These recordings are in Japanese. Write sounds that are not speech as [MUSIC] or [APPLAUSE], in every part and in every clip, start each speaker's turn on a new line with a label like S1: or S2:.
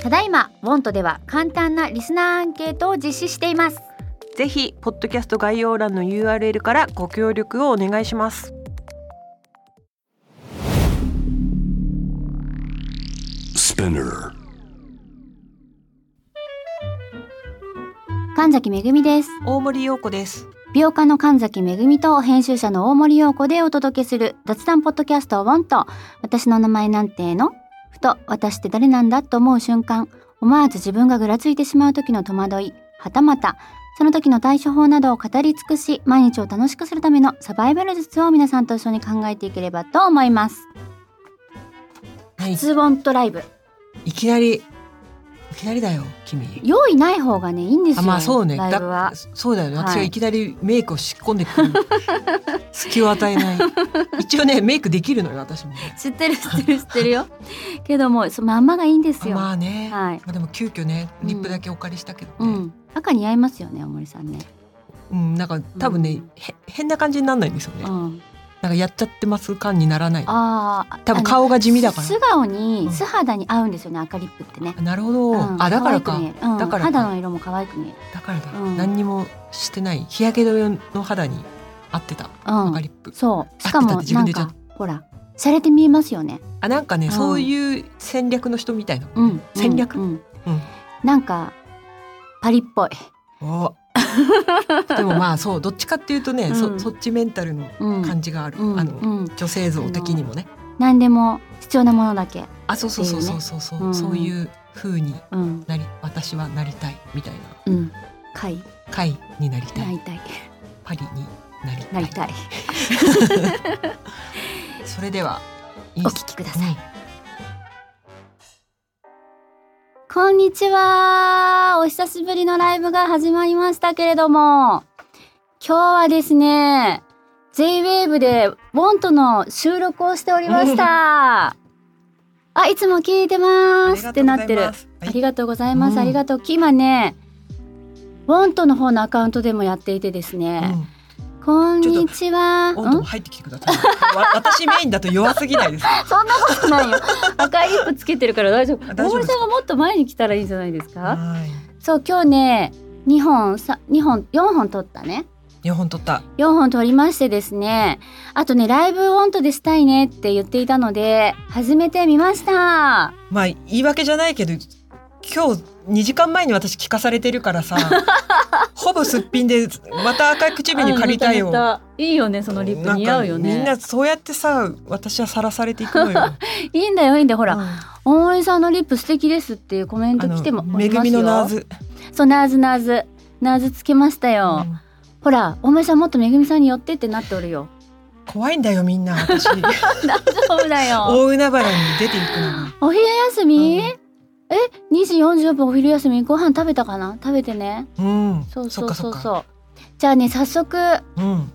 S1: ただいま WONT では簡単なリスナーアンケートを実施しています
S2: ぜひポッドキャスト概要欄の URL からご協力をお願いします
S1: 神崎めぐみです
S2: 大森洋子です
S1: 美容家の神崎めぐみと編集者の大森洋子でお届けする雑談ポッドキャスト WONT 私の名前なんてのふと私って誰なんだと思う瞬間思わず自分がぐらついてしまう時の戸惑いはたまたその時の対処法などを語り尽くし毎日を楽しくするためのサバイバル術を皆さんと一緒に考えていければと思います
S2: はい
S1: ツーボントライブ
S2: いきなりいきなりだよ君
S1: 用意ない方がねいいんですよ
S2: あまあそうね
S1: ライブは
S2: だそうだよね、
S1: はい
S2: 私がいきなりメイクを仕込んで
S1: [LAUGHS]
S2: くる隙を与えない一応ねメイクできるのよ私もね
S1: 知ってる知ってる知ってるよけどもそまんまがいいんですよ、
S2: まあね、
S1: はい
S2: まあでも急遽ね
S1: うん
S2: リップだけお借りしたけどね、
S1: う
S2: うん
S1: ん赤似合いますよね大森さんね、
S2: なんか多分ね、
S1: うん
S2: へ変な感じにならないんですよね、
S1: うん、
S2: なんかやっちゃってます感にならない
S1: ああ
S2: 多分顔が地味だから
S1: 素顔に
S2: うん
S1: 素肌に合うんですよね赤リップってね、
S2: あなるほど、
S1: うん
S2: あだからか、
S1: 可愛く見えるうん
S2: だからか
S1: 肌の色も可愛く見える
S2: だからだ、
S1: うん
S2: 何にもしてない日焼け止めの肌に合ってた
S1: うん
S2: 赤リップ、
S1: そうしか
S2: 合
S1: も
S2: ってた
S1: なん
S2: って自分で言っちゃう
S1: かほら洒落て見えますよね
S2: あなんかね、
S1: うん
S2: そういう戦略の人みたいな、
S1: うん
S2: 戦略、
S1: うん
S2: うん
S1: なんかパリっぽい
S2: おでもまあそうどっちかっていうとね、
S1: うん
S2: そそっちメンタルの
S1: うん
S2: 感じがある、
S1: うん
S2: あの、
S1: うん
S2: 女性像的にもね
S1: 何でも必要なものだけ
S2: あそうそうそうそうそうそう、
S1: うん
S2: そういう風に
S1: うん
S2: なり私はなりたいみたいな
S1: うん買い
S2: 会になりたい、
S1: なりたい
S2: パリになりた
S1: ないりたい
S2: それではお
S1: お聞きください
S2: い
S1: こんにちは。お久しぶりのライブが始まりましたけれども、今日はですね、JWAVE で WONT の収録をしておりま [LAUGHS] した。あ、いつも聞いてますってなってる。ありがとうございます。
S2: うん
S1: ありがとう。今ね、WONT の方のアカウントでもやっていてですね、こんにちは。
S2: 温度も
S1: ん
S2: 入ってきてください。わ私メインだと弱すぎな
S1: [LAUGHS]
S2: いですか。
S1: そんなことないよ。赤いリップつけてるから大丈夫。大
S2: あ大丈夫
S1: 森
S2: ですか
S1: さんがもっと前に来たらいいんじゃないですか
S2: はい。
S1: そう今日ね2本さ2本4本撮ったね
S2: 四本取った。
S1: 4本撮りましてですねあとねライブオントでしたいねって言っていたので始めてみました
S2: まあ言い訳じゃないけど、今日二時間前に私聞かされてるから
S1: [LAUGHS]
S2: さ、ほぼすっぴんでまた赤い唇に借りたいよ。
S1: あのいいよねそのリップ似合うよ
S2: なんかみん
S1: ね
S2: なそうやってさ、私はさらされていくのよ。
S1: いいんだよいいんだよほ
S2: ほ
S1: ら、大森さんのリップ素敵ですっていうコメント来てもお
S2: め
S1: り
S2: ぐ
S1: ます
S2: み
S1: よ
S2: のナーズ。
S1: そうナーズナーズナーズつけましたよ、
S2: うん
S1: ほら大森さんもっとめぐみさんに寄ってってなっておる
S2: [LAUGHS]
S1: よ
S2: 怖いんだよみんな
S1: [LAUGHS]
S2: 私。
S1: 大丈夫だよ
S2: 大海原に出ていくのに。
S1: お昼休み、
S2: うん
S1: え2時44分お昼休みご飯食べたかな食べてね
S2: うん。
S1: そうそ
S2: そっ
S1: う
S2: か
S1: そ
S2: そっ
S1: う
S2: か。
S1: そうじゃあね早速
S2: うん。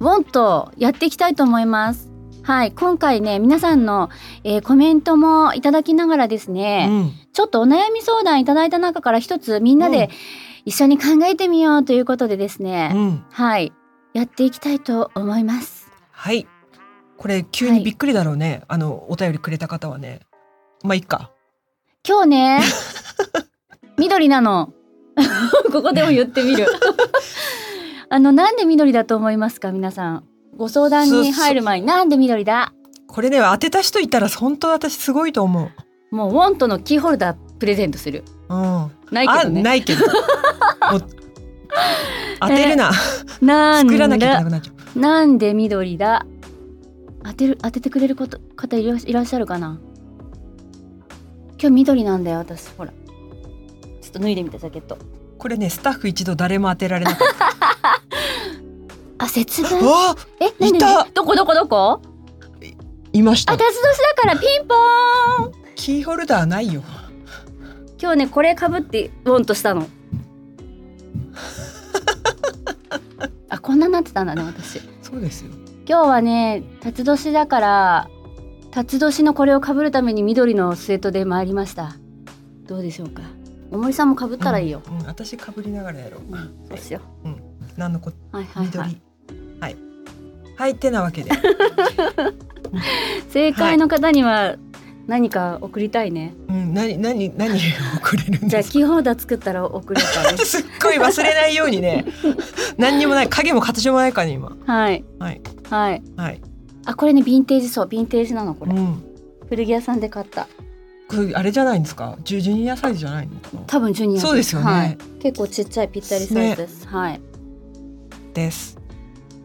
S1: ウォンとやっていきたいと思いますはい今回ね皆さんの、えーコメントもいただきながらです
S2: う
S1: ね、
S2: ん。
S1: ちょっとお悩み相談いただいた中から一つみんなで一緒に考えてみようということでですね、
S2: うん。
S1: はいやっていきたいと思います
S2: はい。これ急にびっくりだろうね。あのお便りくれた方はね。まあいいか。
S1: 今日
S2: [LAUGHS]
S1: ね緑なのここでも言ってみる [LAUGHS] あのなんで緑だと思いますか皆さんご相談に入る前になんで緑だ
S2: これね当てた人いたら本当私すごいと思う。
S1: もうウォントのキーホルダープレゼントする
S2: うん。
S1: ないけ
S2: あ
S1: どね
S2: な
S1: [LAUGHS]
S2: いけど。もう当てるな。
S1: なん
S2: 作らなきゃいけ
S1: だ
S2: なくなっちゃう。
S1: なんで緑だ当てる当ててくれること方いらいらっしゃるかな今日緑なんだよ私ほらちょっと脱いでみたジャケット
S2: これねスタッフ一度誰も当てられなかった。
S1: [LAUGHS] あ節
S2: う
S1: 分
S2: わあ
S1: え何
S2: いた
S1: 何どこどこどこ
S2: いまし
S1: あ
S2: た
S1: 辰。年だからピンポーン
S2: キーホルダーないよ。
S1: 今日ねこれかぶってウォンとした [LAUGHS] のあこんなになってたんだね私
S2: そうですよ。
S1: 今日はね辰年だから辰年のこれをかぶるために緑のスウェットで参りましたどうでしょうかおもりさんもかぶったらいいよ、
S2: うん。うん私被りながらやろう。
S1: うんそうしよ
S2: 何のこ
S1: うはいはい
S2: 緑。
S1: は
S2: はいい。はい、ってなわけで。
S1: 正解の方には何か送りたいね
S2: うん、何何何をくれるん
S1: じゃ
S2: で
S1: あ
S2: すか。
S1: キーホルダー作ったら送るから
S2: すっごい忘れないようにね。何にもない影も形もないからね
S1: [LAUGHS]
S2: 今。
S1: はい
S2: はい
S1: はい
S2: はい。
S1: あこれねヴィンテージそうヴィンテージなのこ
S2: う
S1: れ
S2: ん。
S1: 古着屋さんで買った
S2: これあれじゃないんですか。ジュジュニアサイズじゃないのかな。
S1: 多分ジュニア
S2: そうですよね
S1: はい、結構ちっちゃいぴったりサイズです、はい
S2: です。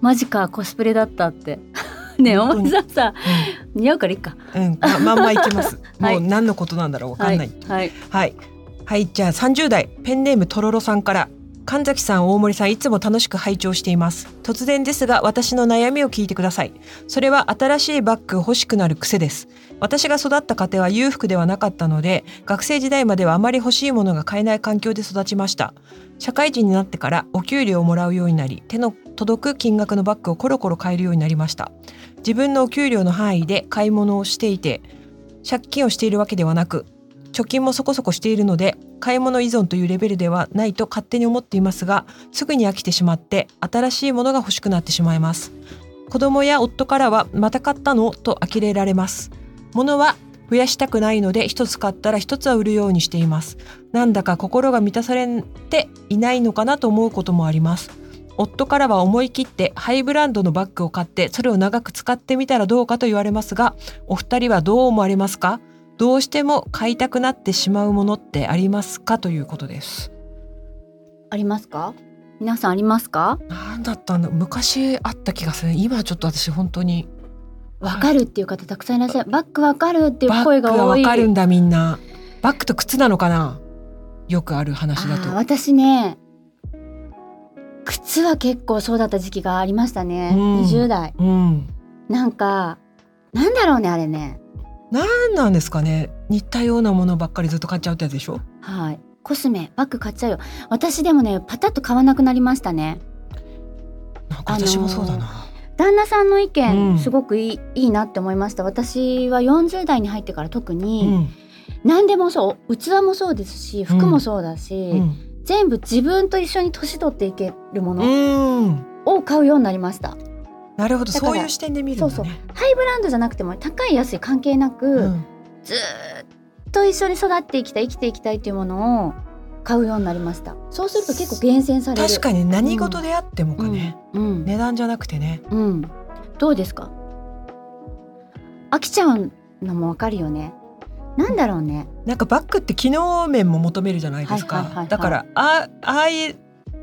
S1: マジかコスプレだったって [LAUGHS] ねえお前さんさ似合うからいいか
S2: うん、うんままんまいけます。
S1: はい
S2: もう何のことなんだろうわかんない。
S1: はい
S2: はい。はい、じゃあ30代、ペンネームとろろさんから。神崎さん、大森さん、いつも楽しく拝聴しています。突然ですが、私の悩みを聞いてください。それは新しいバッグ欲しくなる癖です。私が育った家庭は裕福ではなかったので、学生時代まではあまり欲しいものが買えない環境で育ちました。社会人になってからお給料をもらうようになり、手の届く金額のバッグをコロコロ買えるようになりました。自分のお給料の範囲で買い物をしていて、借金をしているわけではなく、貯金もそこそこしているので買い物依存というレベルではないと勝手に思っていますがすぐに飽きてしまって新しいものが欲しくなってしまいます子供や夫からはまた買ったのと呆れられます物は増やしたくないので一つ買ったら一つは売るようにしていますなんだか心が満たされていないのかなと思うこともあります夫からは思い切ってハイブランドのバッグを買ってそれを長く使ってみたらどうかと言われますがお二人はどう思われますかどうしても買いたくなってしまうものってありますかということです。
S1: ありますか皆さんありますか
S2: なんだったんだ昔あった気がする今ちょっと私本当に
S1: わかるっていう方たくさんいらっしゃるバックわかるっていう
S2: バッ
S1: 声
S2: グ
S1: が
S2: は
S1: 多
S2: わ
S1: い
S2: かるんだみんなバッグと靴なのかなよくある話だ
S1: あー
S2: と。
S1: 私ね靴は結構そうだった時期がありましたね、
S2: うん
S1: 20代
S2: うん、
S1: なんかなんだろうねあれね
S2: 何なんですかね似たようなものばっかりずっと買っちゃうってやつでしょ
S1: はいコスメバッグ買っちゃうよ私でもねパタッと買わなくなりましたね
S2: なんか私もそうだな、
S1: 旦那さんの意見、
S2: うん
S1: すごくいいいいなって思いました私は40代に入ってから特
S2: う
S1: に、
S2: ん
S1: 何でもそう器もそうですし服もそうだし、
S2: うん
S1: 全部自分と一緒に年取っていけるも
S2: う
S1: の
S2: ん
S1: を買うようになりました、
S2: なるほど
S1: だから
S2: そういう視点で見るんだ
S1: そう
S2: ね
S1: そうハイブランドじゃなくても高い安い関係なく、
S2: うん
S1: ずーっと一緒に育っていきたい生きていきたいというものを買うようになりましたそうすると結構厳選される
S2: 確かに何事であってもかね、
S1: うん、
S2: 値段じゃなくてね
S1: うん、どうですか飽きちゃうのもわかるよねなんだろうね
S2: なんかバッグって機能面も求めるじゃないです
S1: はいはいはいは
S2: か
S1: い。
S2: だからあああ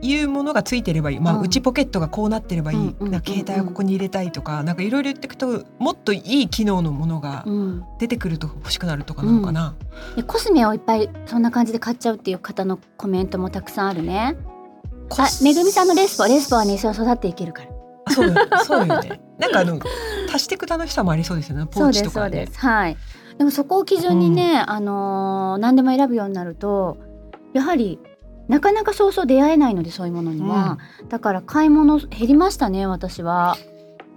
S2: いうものがついてればいい、まあ、
S1: うん
S2: うちポケットがこうなってればいい、
S1: うんうんうんうん
S2: なんか携帯はここに入れたいとか、なんかいろいろ言っていくと、もっといい機能のものが
S1: うん
S2: 出てくると欲しくなるとかなのかな。
S1: でコスメをいっぱいそんな感じで買っちゃうっていう方のコメントもたくさんあるね
S2: コ
S1: あ
S2: ス
S1: めぐみさんのレスポはレスポはね一緒に育っていけるから
S2: あそう [LAUGHS] よそうよね。なんかあの足してく楽しさもありそうですよね。ポ
S1: そうで
S2: ーチ
S1: す
S2: と
S1: そう
S2: か
S1: で
S2: ね。
S1: すはいでもそこを基準にね、あのー何でも選ぶようになるとやはりなかなかそうそう出会えないのでそういうものには、だから買い物減りましたね私は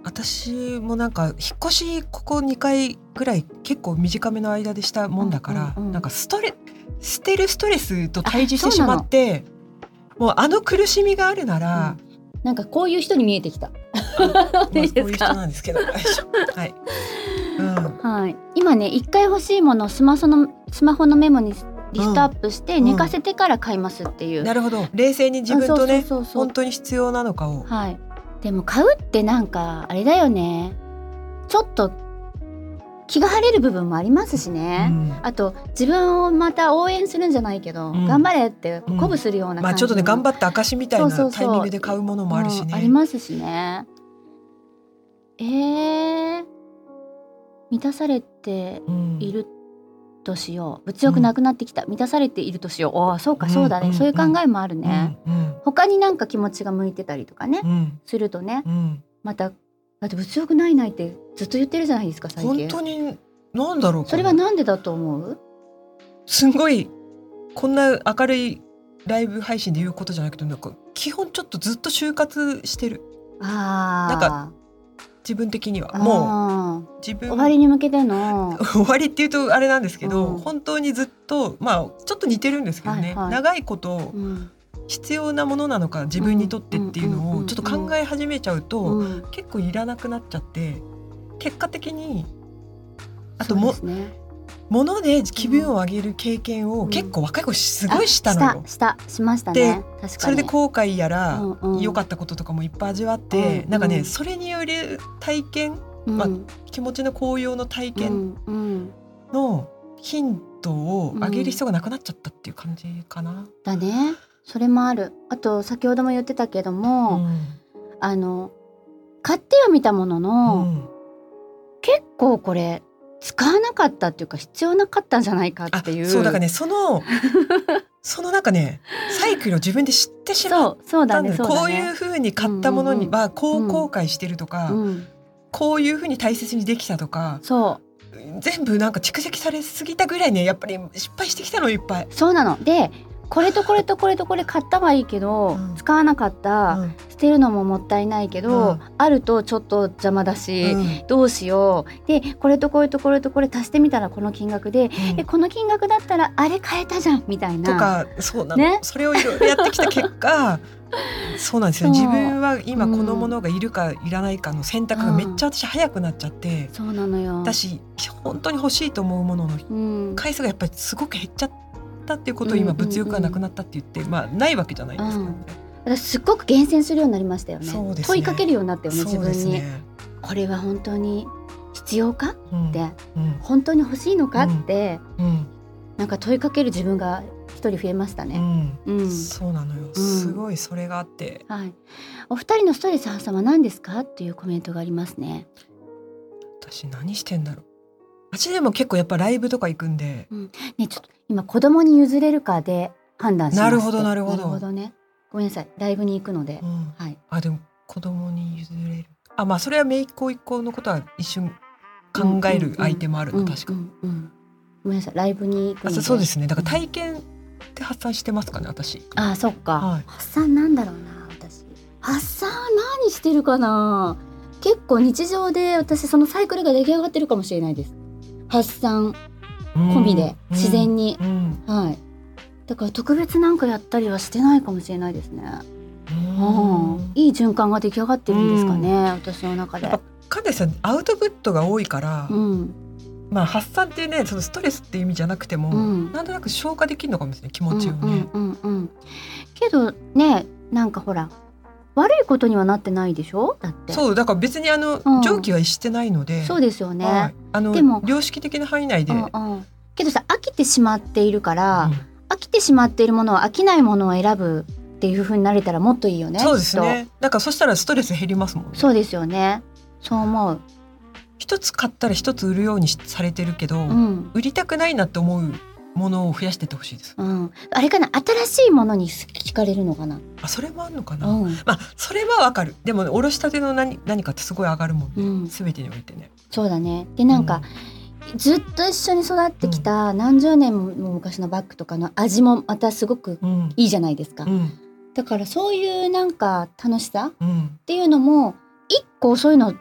S2: 私もなんか引っ越しここ2回ぐらい結構短めの間でしたもんだから、
S1: うんうんうん
S2: なんかストレ捨てるストレスと対峙
S1: あ
S2: して
S1: そう
S2: し
S1: なの
S2: まってもうあの苦しみがあるなら、
S1: なんかこういう人に見えてきた
S2: ま
S1: [LAUGHS] いい
S2: あこう
S1: で
S2: いう
S1: す
S2: 人
S1: か
S2: なんですけどよいしょ
S1: [LAUGHS]
S2: はい、うん
S1: はい今ね一回欲しいものをスマホのスマホのメモにリストアップして
S2: うん
S1: 寝かせてから買いますっていう、
S2: なるほど冷静に自分と
S1: あ
S2: ね
S1: そうそうそう
S2: 本当に必要なのかを
S1: はい。でも買うってなんかあれだよね。ちょっと気が晴れる部分もありますし
S2: う
S1: ね。
S2: ん
S1: あと自分をまた応援するんじゃないけど、
S2: うん
S1: 頑張れって
S2: うん
S1: 鼓舞するような感じの、
S2: まあちょっとね頑
S1: っ
S2: 張った証みたい
S1: そうそ
S2: な
S1: うそう
S2: タイミングで買うものもあるしね。
S1: ありますしね。えー、満たされて
S2: うん
S1: いるとしよう物欲なくなってきた、満たされているとしようおーそうかそうだね、
S2: うんうん
S1: そういう考えもあるね、
S2: うん
S1: 他になんか気持ちが向いてたりとかね、
S2: うん
S1: するとね
S2: うんうん
S1: まただって物欲ないないってずっと言ってるじゃないですか最
S2: 本
S1: 近
S2: 当に何だろう
S1: それはなんでだと思う
S2: すんごいこんな明るいライブ配信で言うことじゃなくてなんか基本ちょっとずっと就活してる
S1: あー
S2: なんか自分的にはも
S1: あ
S2: う自
S1: ー
S2: 分
S1: 終わりに向けての
S2: 終わりっていうとあれなんですけど、
S1: うん
S2: 本当にずっとまあちょっと似てるんですけどね、
S1: はいはい
S2: 長いこと
S1: うん
S2: 必要なものなのか自分にとってってい
S1: う
S2: う
S1: んうんうん
S2: の
S1: う
S2: を
S1: ん
S2: ちょっと考え始めちゃうと、
S1: うん
S2: 結構いらなくなっちゃって結果的にあと
S1: そ
S2: も
S1: うですね
S2: 物で気分を上げる経験を
S1: うん
S2: 結構若い子す
S1: あ
S2: ごいしたのよ、
S1: したしたしましたね
S2: で
S1: 確かに
S2: それで後悔やら
S1: うんうん
S2: 良かったこととかもいっぱい味わって、
S1: うん
S2: なんか
S1: うん
S2: ねそれによる体験
S1: うん、
S2: まあ気持ちの高揚の体
S1: う
S2: 験
S1: んうん
S2: のヒントを上げる必要がなくなっちゃったっていう感じかな。
S1: だねそれもあるあと先ほども言ってたけど
S2: う
S1: も、
S2: ん
S1: あの買ってはみたもの
S2: う
S1: の、
S2: ん
S1: 結構これ使わなかったっていうか必要なかったんじゃないか
S2: あ
S1: っていう
S2: そうだからねその [LAUGHS] そのなんかねサイクルを自分で知ってし
S1: そ
S2: まっ
S1: うそうだ
S2: たんだ
S1: ねそ
S2: よ
S1: う
S2: こ
S1: だ
S2: うい
S1: ね
S2: うふうに買ったものにはこう後悔してるとか、
S1: うん、
S2: こういうふうに大切にできたとか
S1: そう
S2: 全部なんか蓄積されすぎたぐらいねやっぱり失敗してきたのいっぱい。
S1: そうなのでこれとこれとこれとこれ買ったはいいけど、
S2: うん
S1: 使わなかった、
S2: うん
S1: 捨てるのももったいないけど、
S2: うん
S1: あるとちょっと邪魔だし、
S2: うん
S1: どうしようでこれとこれとこれとこれ足してみたらこの金額で、
S2: うん
S1: えこの金額だったらあれ買えたじゃんみたいな
S2: とかそうなの、
S1: ね
S2: それをいろいろやってきた結
S1: [LAUGHS]
S2: 果そうなんですよ
S1: そう
S2: 自分は今
S1: うん
S2: このものがいるかいらないかの選択がめっちゃ私早くなっちゃって、
S1: そうなのよ。
S2: 私本当に欲しいと思うものの
S1: うん
S2: 回数がやっぱりすごく減っちゃったっていうことを
S1: うんうん
S2: 今
S1: うん
S2: 物欲がなくなったって言って、まあないわけじゃないですか、ね
S1: 私すっごく厳選するようになりましたよね
S2: そうですね
S1: 問いかけるようになったよね自
S2: そう
S1: 分
S2: です
S1: に、
S2: ね。
S1: これは本当に必要か
S2: うん
S1: って
S2: うん
S1: 本当に欲しいのかって、
S2: うん
S1: なんか問いかける自分が一人増えました
S2: う
S1: ね、
S2: ん
S1: うん
S2: そうなのよ、すごいそれがあって
S1: はい。お二人のストレス発散は何ですかっていうコメントがありますね
S2: 私何してんだろう私でも結構やっぱライブとか行くんで
S1: ねちょっと今子供に譲れるかで判断しますって
S2: なるほどなるほど
S1: なるほどねごめんなさいライブに行くので、
S2: うん
S1: はい
S2: あでも子供に譲れるあまあそれは姪っ子一個のことは一瞬考える相手もあるの、確か、
S1: うんうんごめんなさいライブに行くの
S2: あ
S1: で
S2: そそうですねだから体験って発散してますかね私
S1: あそっか、
S2: はい
S1: 発散なんだろうな私発散何してるかな結構日常で私そのサイクルが出来上がってるかもしれないです発散込みで自然
S2: に、
S1: に、
S2: うん
S1: はいだから特別なんかやったりはしてないかもしれないですね、
S2: うん
S1: うん、いい循環が出来上がってるんですかね、私の中で
S2: やっぱ神谷さんアウトプットが多いから、
S1: うん
S2: まあ発散っていうねそのストレスっていう意味じゃなくても、
S1: うん
S2: なんとなく消化できるのかもしれない気持ちをね、
S1: うんうんうんうんけどねなんかほら悪いことにはなってないでしょだって
S2: そうだから別にあの、
S1: うん
S2: 上気は逸してないので
S1: そうですよね、
S2: はい、あの
S1: でも
S2: 良識的な範囲内で、
S1: うんうん、けどさ飽きてしまっているから、
S2: うん
S1: 飽きてしまっているものは飽きないものを選ぶっていう風になれたらもっといいよね
S2: そうです
S1: きっ
S2: ねだからそしたらストレス減りますもんね
S1: とそうですよねそう思う
S2: 一つ買ったら一つ売るようにしされてるけど、
S1: うん、
S2: 売りたくないなって思うものを増やしてってほしいです
S1: うん、あれかな新しいものに惹かれるのかな、
S2: あそれもあんのか
S1: う
S2: な、
S1: ん
S2: まあそれはわかるでもおろしたての何何かってすごい上がるもんね、
S1: うん
S2: 全てにおいてね
S1: そうだねでなんか、、ずっと一緒に育ってきた何十年も昔のバッグとかの味もまたすごく
S2: うんうん
S1: いいじゃないですか、
S2: うん
S1: だからそういうなんか楽しさっ
S2: うん
S1: ていうのも一個そういうの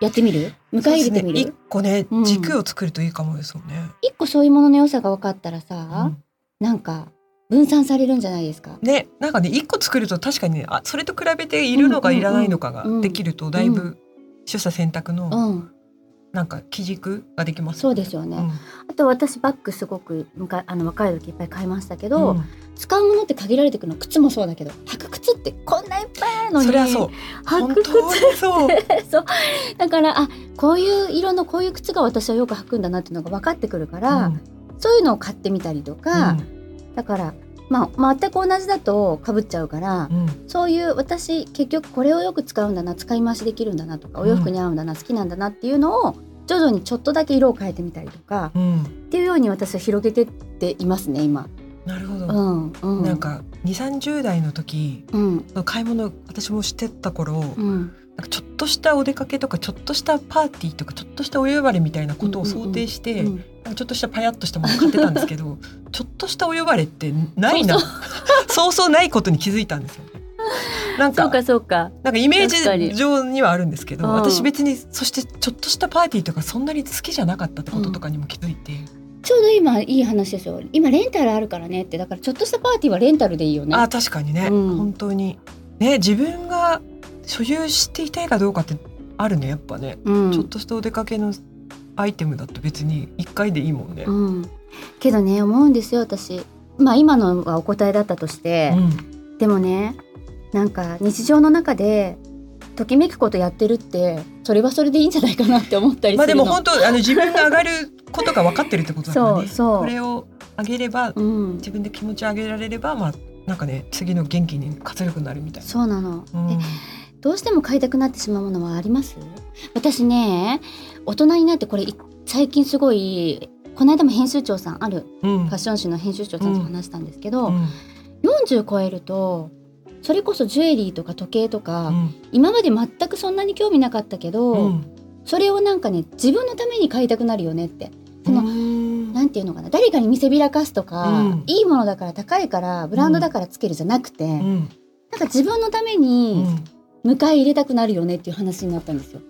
S1: やってみる迎え入れてみる
S2: そうですね、一個ね
S1: うん
S2: 軸を作るといいかもですよね、
S1: 一個そういうものの良さが分かったら
S2: う
S1: さ、
S2: ん
S1: なんか分散されるんじゃないですか。
S2: ねなんかね一個作ると確かにねあそれと比べているのか
S1: うんうんうん
S2: いらないのかが
S1: うん
S2: できるとだいうぶ取捨選択
S1: う
S2: の
S1: ん、
S2: なんか基軸ができます
S1: そうです
S2: よ
S1: よね。
S2: ね
S1: あと私バッグすごく昔あの若い時いっぱい買いましたけ
S2: うん
S1: ど、
S2: うん
S1: 使うものって限られてくるの靴もそうだけど履く靴ってこんないっぱいあるのに
S2: それはそう
S1: 履
S2: 本
S1: く
S2: 当
S1: 靴
S2: に
S1: [LAUGHS]
S2: そう
S1: だからあこういう色のこういう靴が私はよく履くんだなっていうのが分かってくるから、そういうのを買ってみたりとか、だから、まあ、全く同じだとかぶっちゃうから
S2: う、んうん
S1: そういう私結局これをよく使うんだな使い回しできるんだなとかお洋服に合うんだな、好きなんだなっていうのを徐々にちょっとだけ色を変えてみたりとか
S2: うん
S1: っていうように私は広げてっていますね今。
S2: なるほ
S1: う
S2: ど、
S1: んうん、
S2: なんか2三3 0代の時
S1: うん
S2: 買い物私もしてた頃、
S1: うん
S2: なんかちょっとしたお出かけとかちょっとしたパーティーとかちょっとしたお呼ばれみたいなことを想定して、
S1: うん
S2: なんかちょっとしたパヤッとしたもの買ってたんですけ
S1: [LAUGHS]
S2: どちょっとしたお呼ばれってないな
S1: そ
S2: そう [LAUGHS] そうないことに気づいたんですよね。なん
S1: そう
S2: か
S1: かそうか
S2: なんかイメ
S1: 確か
S2: ー
S1: に
S2: ジ上にはあるんですけど、
S1: うん
S2: 私別にそしてちょっとしたパーティーとかそんなに好きじゃなかったってこととかにも気づいて、
S1: ちょうど今いい話ですよ今レンタルあるからねってだからちょっとしたパーティーはレンタルでいいよね
S2: あー確かにね、
S1: うん
S2: 本当にね自分が所有していたいかどうかってあるねやっぱね、
S1: うん
S2: ちょっとしたお出かけのアイテムだと別に1回でいいもんね。
S1: うん、けどね思うんですよ私まあ今のがお答えだったとして
S2: う、ん
S1: でもねなんか日常の中でときめくことやってるってそれはそれでいいんじゃないかなって思ったり
S2: ますあで
S1: るの、
S2: も本当あの自分が上がることが分かってるってことだから
S1: [LAUGHS] そ
S2: ね。
S1: うそう
S2: これを上げれば
S1: うん
S2: 自分で気持ちを上げられればまあなんかね次の元気に活力になるみたい
S1: そうなの、
S2: な。うん
S1: でどうしても買いたくなってしまうものはあります私ね大人になってこれい最近すごいこの間も編集長さんある
S2: うん
S1: ファッション誌の編集長さんと話したんですけど、
S2: うん
S1: 40超えるとそれこそジュエリーとか時計とか、
S2: うん
S1: 今まで全くそんなに興味なかったけど、
S2: うん
S1: それをなんかね自分のために買いたくなるよねってその
S2: うん
S1: なんていうのかな誰かに見せびらかすとか、
S2: うん
S1: いいものだから高いからブランドだからつけるじゃなくて、
S2: う
S1: なん
S2: ん
S1: か自分のため
S2: う
S1: に
S2: ん
S1: 迎え入れたくなるよねっていう話になったんですよ。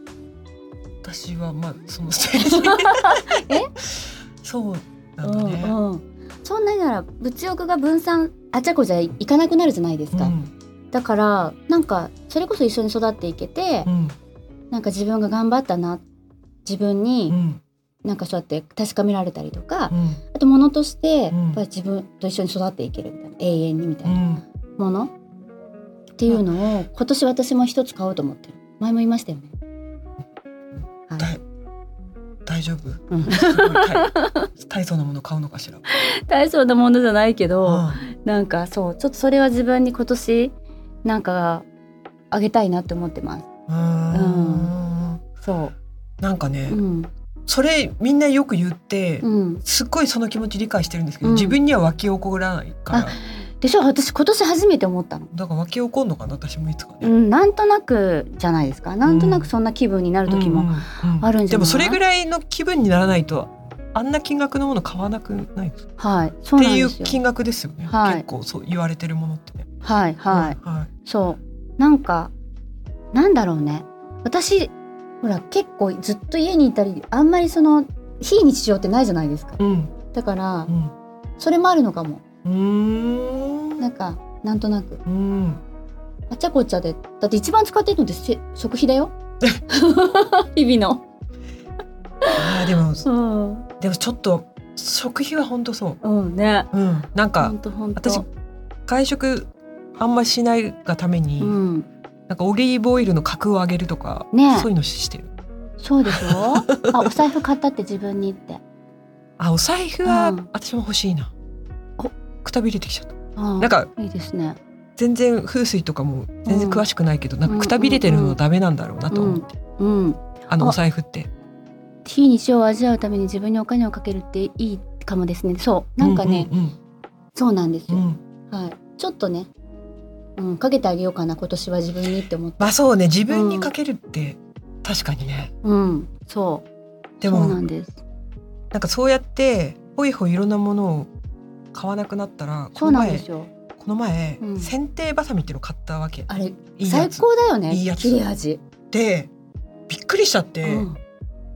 S2: 私はまあそのそうなんだね。
S1: うんうんそんなになら物欲が分散あちゃこちゃいかなくなるじゃないですか、
S2: うん
S1: だからなんかそれこそ一緒に育っていけて
S2: う、ん
S1: なんか自分が頑張ったな自分に、
S2: うん
S1: なんかそうやって確かめられたりとか、
S2: うん
S1: あと物として、
S2: うん
S1: やっぱり自分と一緒に育っていけるみたいな永遠にみたいな
S2: うん
S1: もの、っていうのを今年私も一つ買おうと思ってる前も言いましたよね。
S2: だ
S1: はい
S2: 大丈夫、
S1: うん
S2: すごい大大層なもの買うのかしら、
S1: い、大層なものじゃないけど、
S2: う
S1: なんかそうちょっとそれは自分に今年なんかあげたいなって思ってます。
S2: んうん
S1: そ
S2: なんかね、
S1: う、うん、
S2: それみんなよく言って、
S1: うん、
S2: すっごいその気持ち理解してるんですけど、
S1: うん
S2: 自分には湧き起こらないから
S1: あでしょ私今年初めて思ったの。
S2: だから湧き起こるのかな私もいつか
S1: う
S2: ね。
S1: ん、なんとなくじゃないですか。なんとなくそんな気分になる時もあるんじゃない
S2: でもそれぐらいの気分にならないとあんな金額のもの買わなくないですか
S1: はい、そう
S2: っ
S1: な
S2: て
S1: ん
S2: い
S1: で
S2: う
S1: すよ。
S2: 金額ですよね、
S1: はい
S2: 結構そう言われてるものってね。
S1: はいはい、
S2: は
S1: そうなんかなんだろうね私ほら結構ずっと家にいたりあんまりその非日常ってないじゃないですか
S2: いうん
S1: だから
S2: うん
S1: それもあるのかも
S2: うーん
S1: なんかなんとなく
S2: うん
S1: あっちゃこっちゃでだって一番使ってるのってせ食費だ [LAUGHS] よ日々
S2: あーでも
S1: の
S2: でもちょっと食費は本当そ
S1: うんうんね
S2: う、うん、なん
S1: ほ
S2: か
S1: んとほんと
S2: 私外食あんまりしないがために、
S1: うん
S2: なんかオリーブオイルの格を上げるとか、
S1: ねえ
S2: そういうのしてる
S1: そうで [LAUGHS] しょあお財布買ったって自分にって
S2: あお財布は、
S1: うん
S2: 私も欲しいな
S1: お
S2: くたびれてきちゃった
S1: うん
S2: なんか
S1: いいですね
S2: 全然風水とかも全然詳しくないけど、なんかくたびれてるのダメなんだろうなと思って、
S1: うん
S2: あ
S1: あ
S2: のお財布って
S1: 非日常を味わうために自分にお金をかけるっていいかもですねそうなんかね、
S2: うん
S1: そうなんです
S2: うんう
S1: よ、
S2: ん
S1: はいちょっとねうんかけてあげようかな今年は自分にって思って
S2: まあそうね自分にかけるって、確かにね
S1: うんそう
S2: で
S1: そ
S2: も
S1: う
S2: な
S1: なんんです
S2: かそうやってほいほいいろんなものを買わなくなったら
S1: そ
S2: こ
S1: う
S2: の
S1: なん
S2: 前
S1: ですよ
S2: この前、
S1: うん
S2: 剪定バサミっていうのを買ったわけ
S1: あれ
S2: いいや
S1: 最
S2: つ
S1: 高だよね
S2: いいやつ
S1: 切れ味、
S2: でびっくりしちゃって、
S1: うん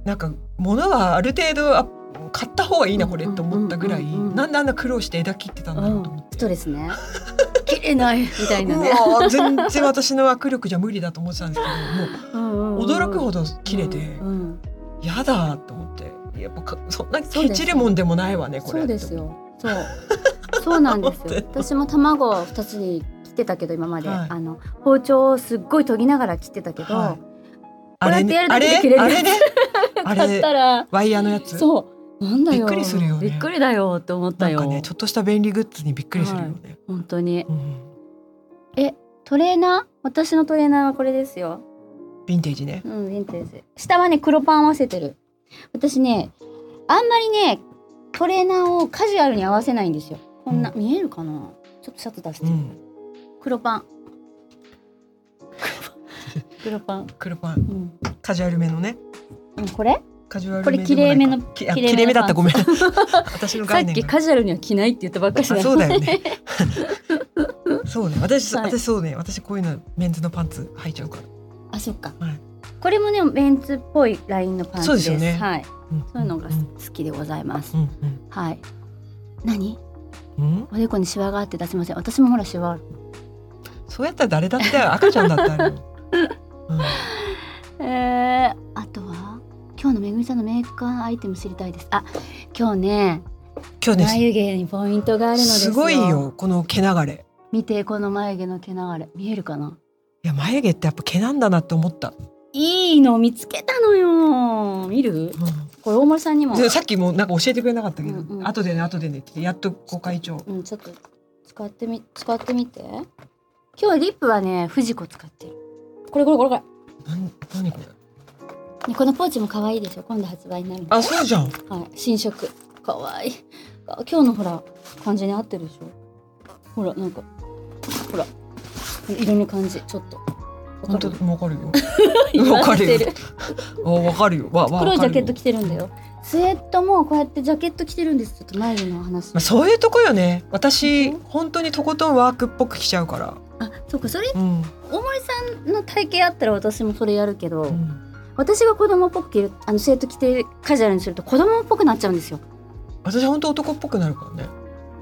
S2: なんか物はある程度あ買った方がいいなこれ
S1: うん
S2: と思ったぐらい、
S1: うんうんうん
S2: なんであんな苦労して枝切ってたんだろうと思っ
S1: ス
S2: て。
S1: トレスね [LAUGHS] 切れないみたいなね、
S2: うわ全然私の握力じゃ無理だと思ってたんですけ
S1: うんうん
S2: ど
S1: うん
S2: もう驚くほど切れて、
S1: うんうん
S2: やだと思ってやっぱかそんな
S1: そうです
S2: ケチるもんでもないわねこれ
S1: そうですよそうそうなん
S2: [LAUGHS]
S1: ですよ私も卵を2つに切ってたけど今まで、
S2: はい
S1: あの包丁をすっごい研ぎながら切ってたけど、
S2: はい
S1: こうやってやるだけで
S2: あ
S1: 切れる
S2: あれね [LAUGHS] あれ
S1: 買ったら
S2: ワイヤーのやつ
S1: そうなんだよ
S2: びっくりするよね
S1: びっくりだよって思った
S2: なん
S1: よ、
S2: かねちょっとした便利グッズにびっくりするよね、
S1: 本当に
S2: うん
S1: トレーナー私のトレーナーはこれですよ
S2: ヴィンテージね
S1: うんヴィンテージ下はね黒パン合わせてる私ねあんまりねトレーナーをカジュアルに合わせないんですよこんな、見えるかなちょっとシャツ出して、
S2: うん
S1: 黒
S2: [LAUGHS]
S1: パン黒パン
S2: 黒パン
S1: うん、
S2: カジュアルめのね
S1: うん、これ
S2: カジュアル
S1: これ綺麗めの
S2: きあ
S1: 綺麗めの
S2: 綺麗めだった
S1: パ
S2: ご
S1: ン [LAUGHS]
S2: めん私の
S1: さ
S2: 概
S1: っ
S2: 念
S1: き
S2: が
S1: カジュアルには着ないって言ったばっかりな
S2: あ
S1: の
S2: そうだよねそうね私、
S1: はい
S2: 私そうね私こういうのメンズのパンツ履いちゃうから、
S1: [LAUGHS] あそっか、
S2: はい
S1: これもねメンツっぽいラインのパンツです
S2: そうですよね
S1: はい、
S2: ん
S1: そういうのが
S2: う
S1: 好
S2: ん
S1: きでございます、
S2: うん
S1: はい何
S2: うん、うん、
S1: おでこにシワがあって出せません私もほらシワある
S2: そうやったら誰だって赤ちゃんだったら、うん、
S1: えー、あとは今日のめぐぐみさんのメイクアイテム知りたいですあ今日ね
S2: 今
S1: [LAUGHS]
S2: 日ね
S1: 眉毛にポイントがあるのです
S2: すごいよこの毛流れ
S1: 見てこの眉毛の毛流れ見えるかない
S2: や眉毛ってやっぱ毛なんだなって思った、
S1: いいの見つけたのよ見るこれ大森さんにも
S2: でさっきもなんか教えてくれなかったけど、
S1: うんうん
S2: 後でね後でねって言ってやっとご会長
S1: うんちょっと使ってみ使ってみて今日リップはね藤子使ってるこれこれこれこれ
S2: なん何これ
S1: ねこのポーチも可愛いでしょ今度発売になるの
S2: あそうじゃん
S1: はい、新色かわいいあ今日のほら感じに合ってるでしょほらなんかほらこの色の感じちょっと
S2: 本当
S1: わか
S2: わかるよ
S1: る
S2: わかる
S1: 言われ
S2: よ
S1: てる
S2: あわかるよわわ
S1: 黒いジャケット
S2: わか
S1: 着て
S2: るよ
S1: るんだよスウェットもこうやってジャケット着てるんですちょっと眉毛の話、
S2: まあ、そういうとこよね私
S1: 本
S2: 本当にとことんワークっぽく着ちゃうから
S1: あそうかそれ
S2: うん、
S1: 大森さんの体型あったら私もそれやるけど、
S2: うん
S1: 私が子供っぽく着るあのスウェット着てカジュアルにすると子供っぽくなっちゃうんですよ
S2: 私本当男っぽくなるからね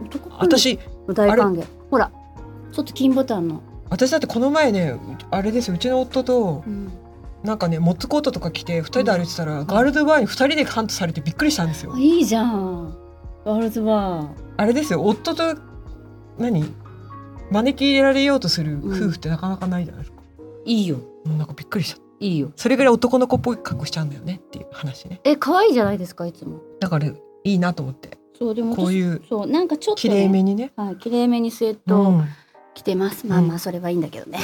S1: 男っぽいの
S2: 私
S1: 大歓迎ほらちょっと金ボタンの、
S2: 私だってこの前ねあれですようちの夫と
S1: うん
S2: なんかねモッツコートとか着て二人で歩いてたら、ガールズバーに二人でハントされてびっくりしたんですよ
S1: あいいじゃんガールズバー
S2: あれですよ夫と何招き入れられようとする夫婦ってなかなかないじゃないですか、
S1: いいよ
S2: もうなんかびっくりした
S1: いいよ
S2: それぐらい男の子っぽい格好しちゃうんだよねっていう話ね
S1: え可愛いじゃないですかいつも
S2: だからいいなと思って
S1: そうでも私
S2: こういう
S1: そうなんかちょっと、
S2: 綺
S1: ね、
S2: 麗めにね
S1: はい綺麗めにスウェッ
S2: う
S1: ト
S2: ん、う
S1: を
S2: ん
S1: 着てます、まあまあそれはいいんだけどね、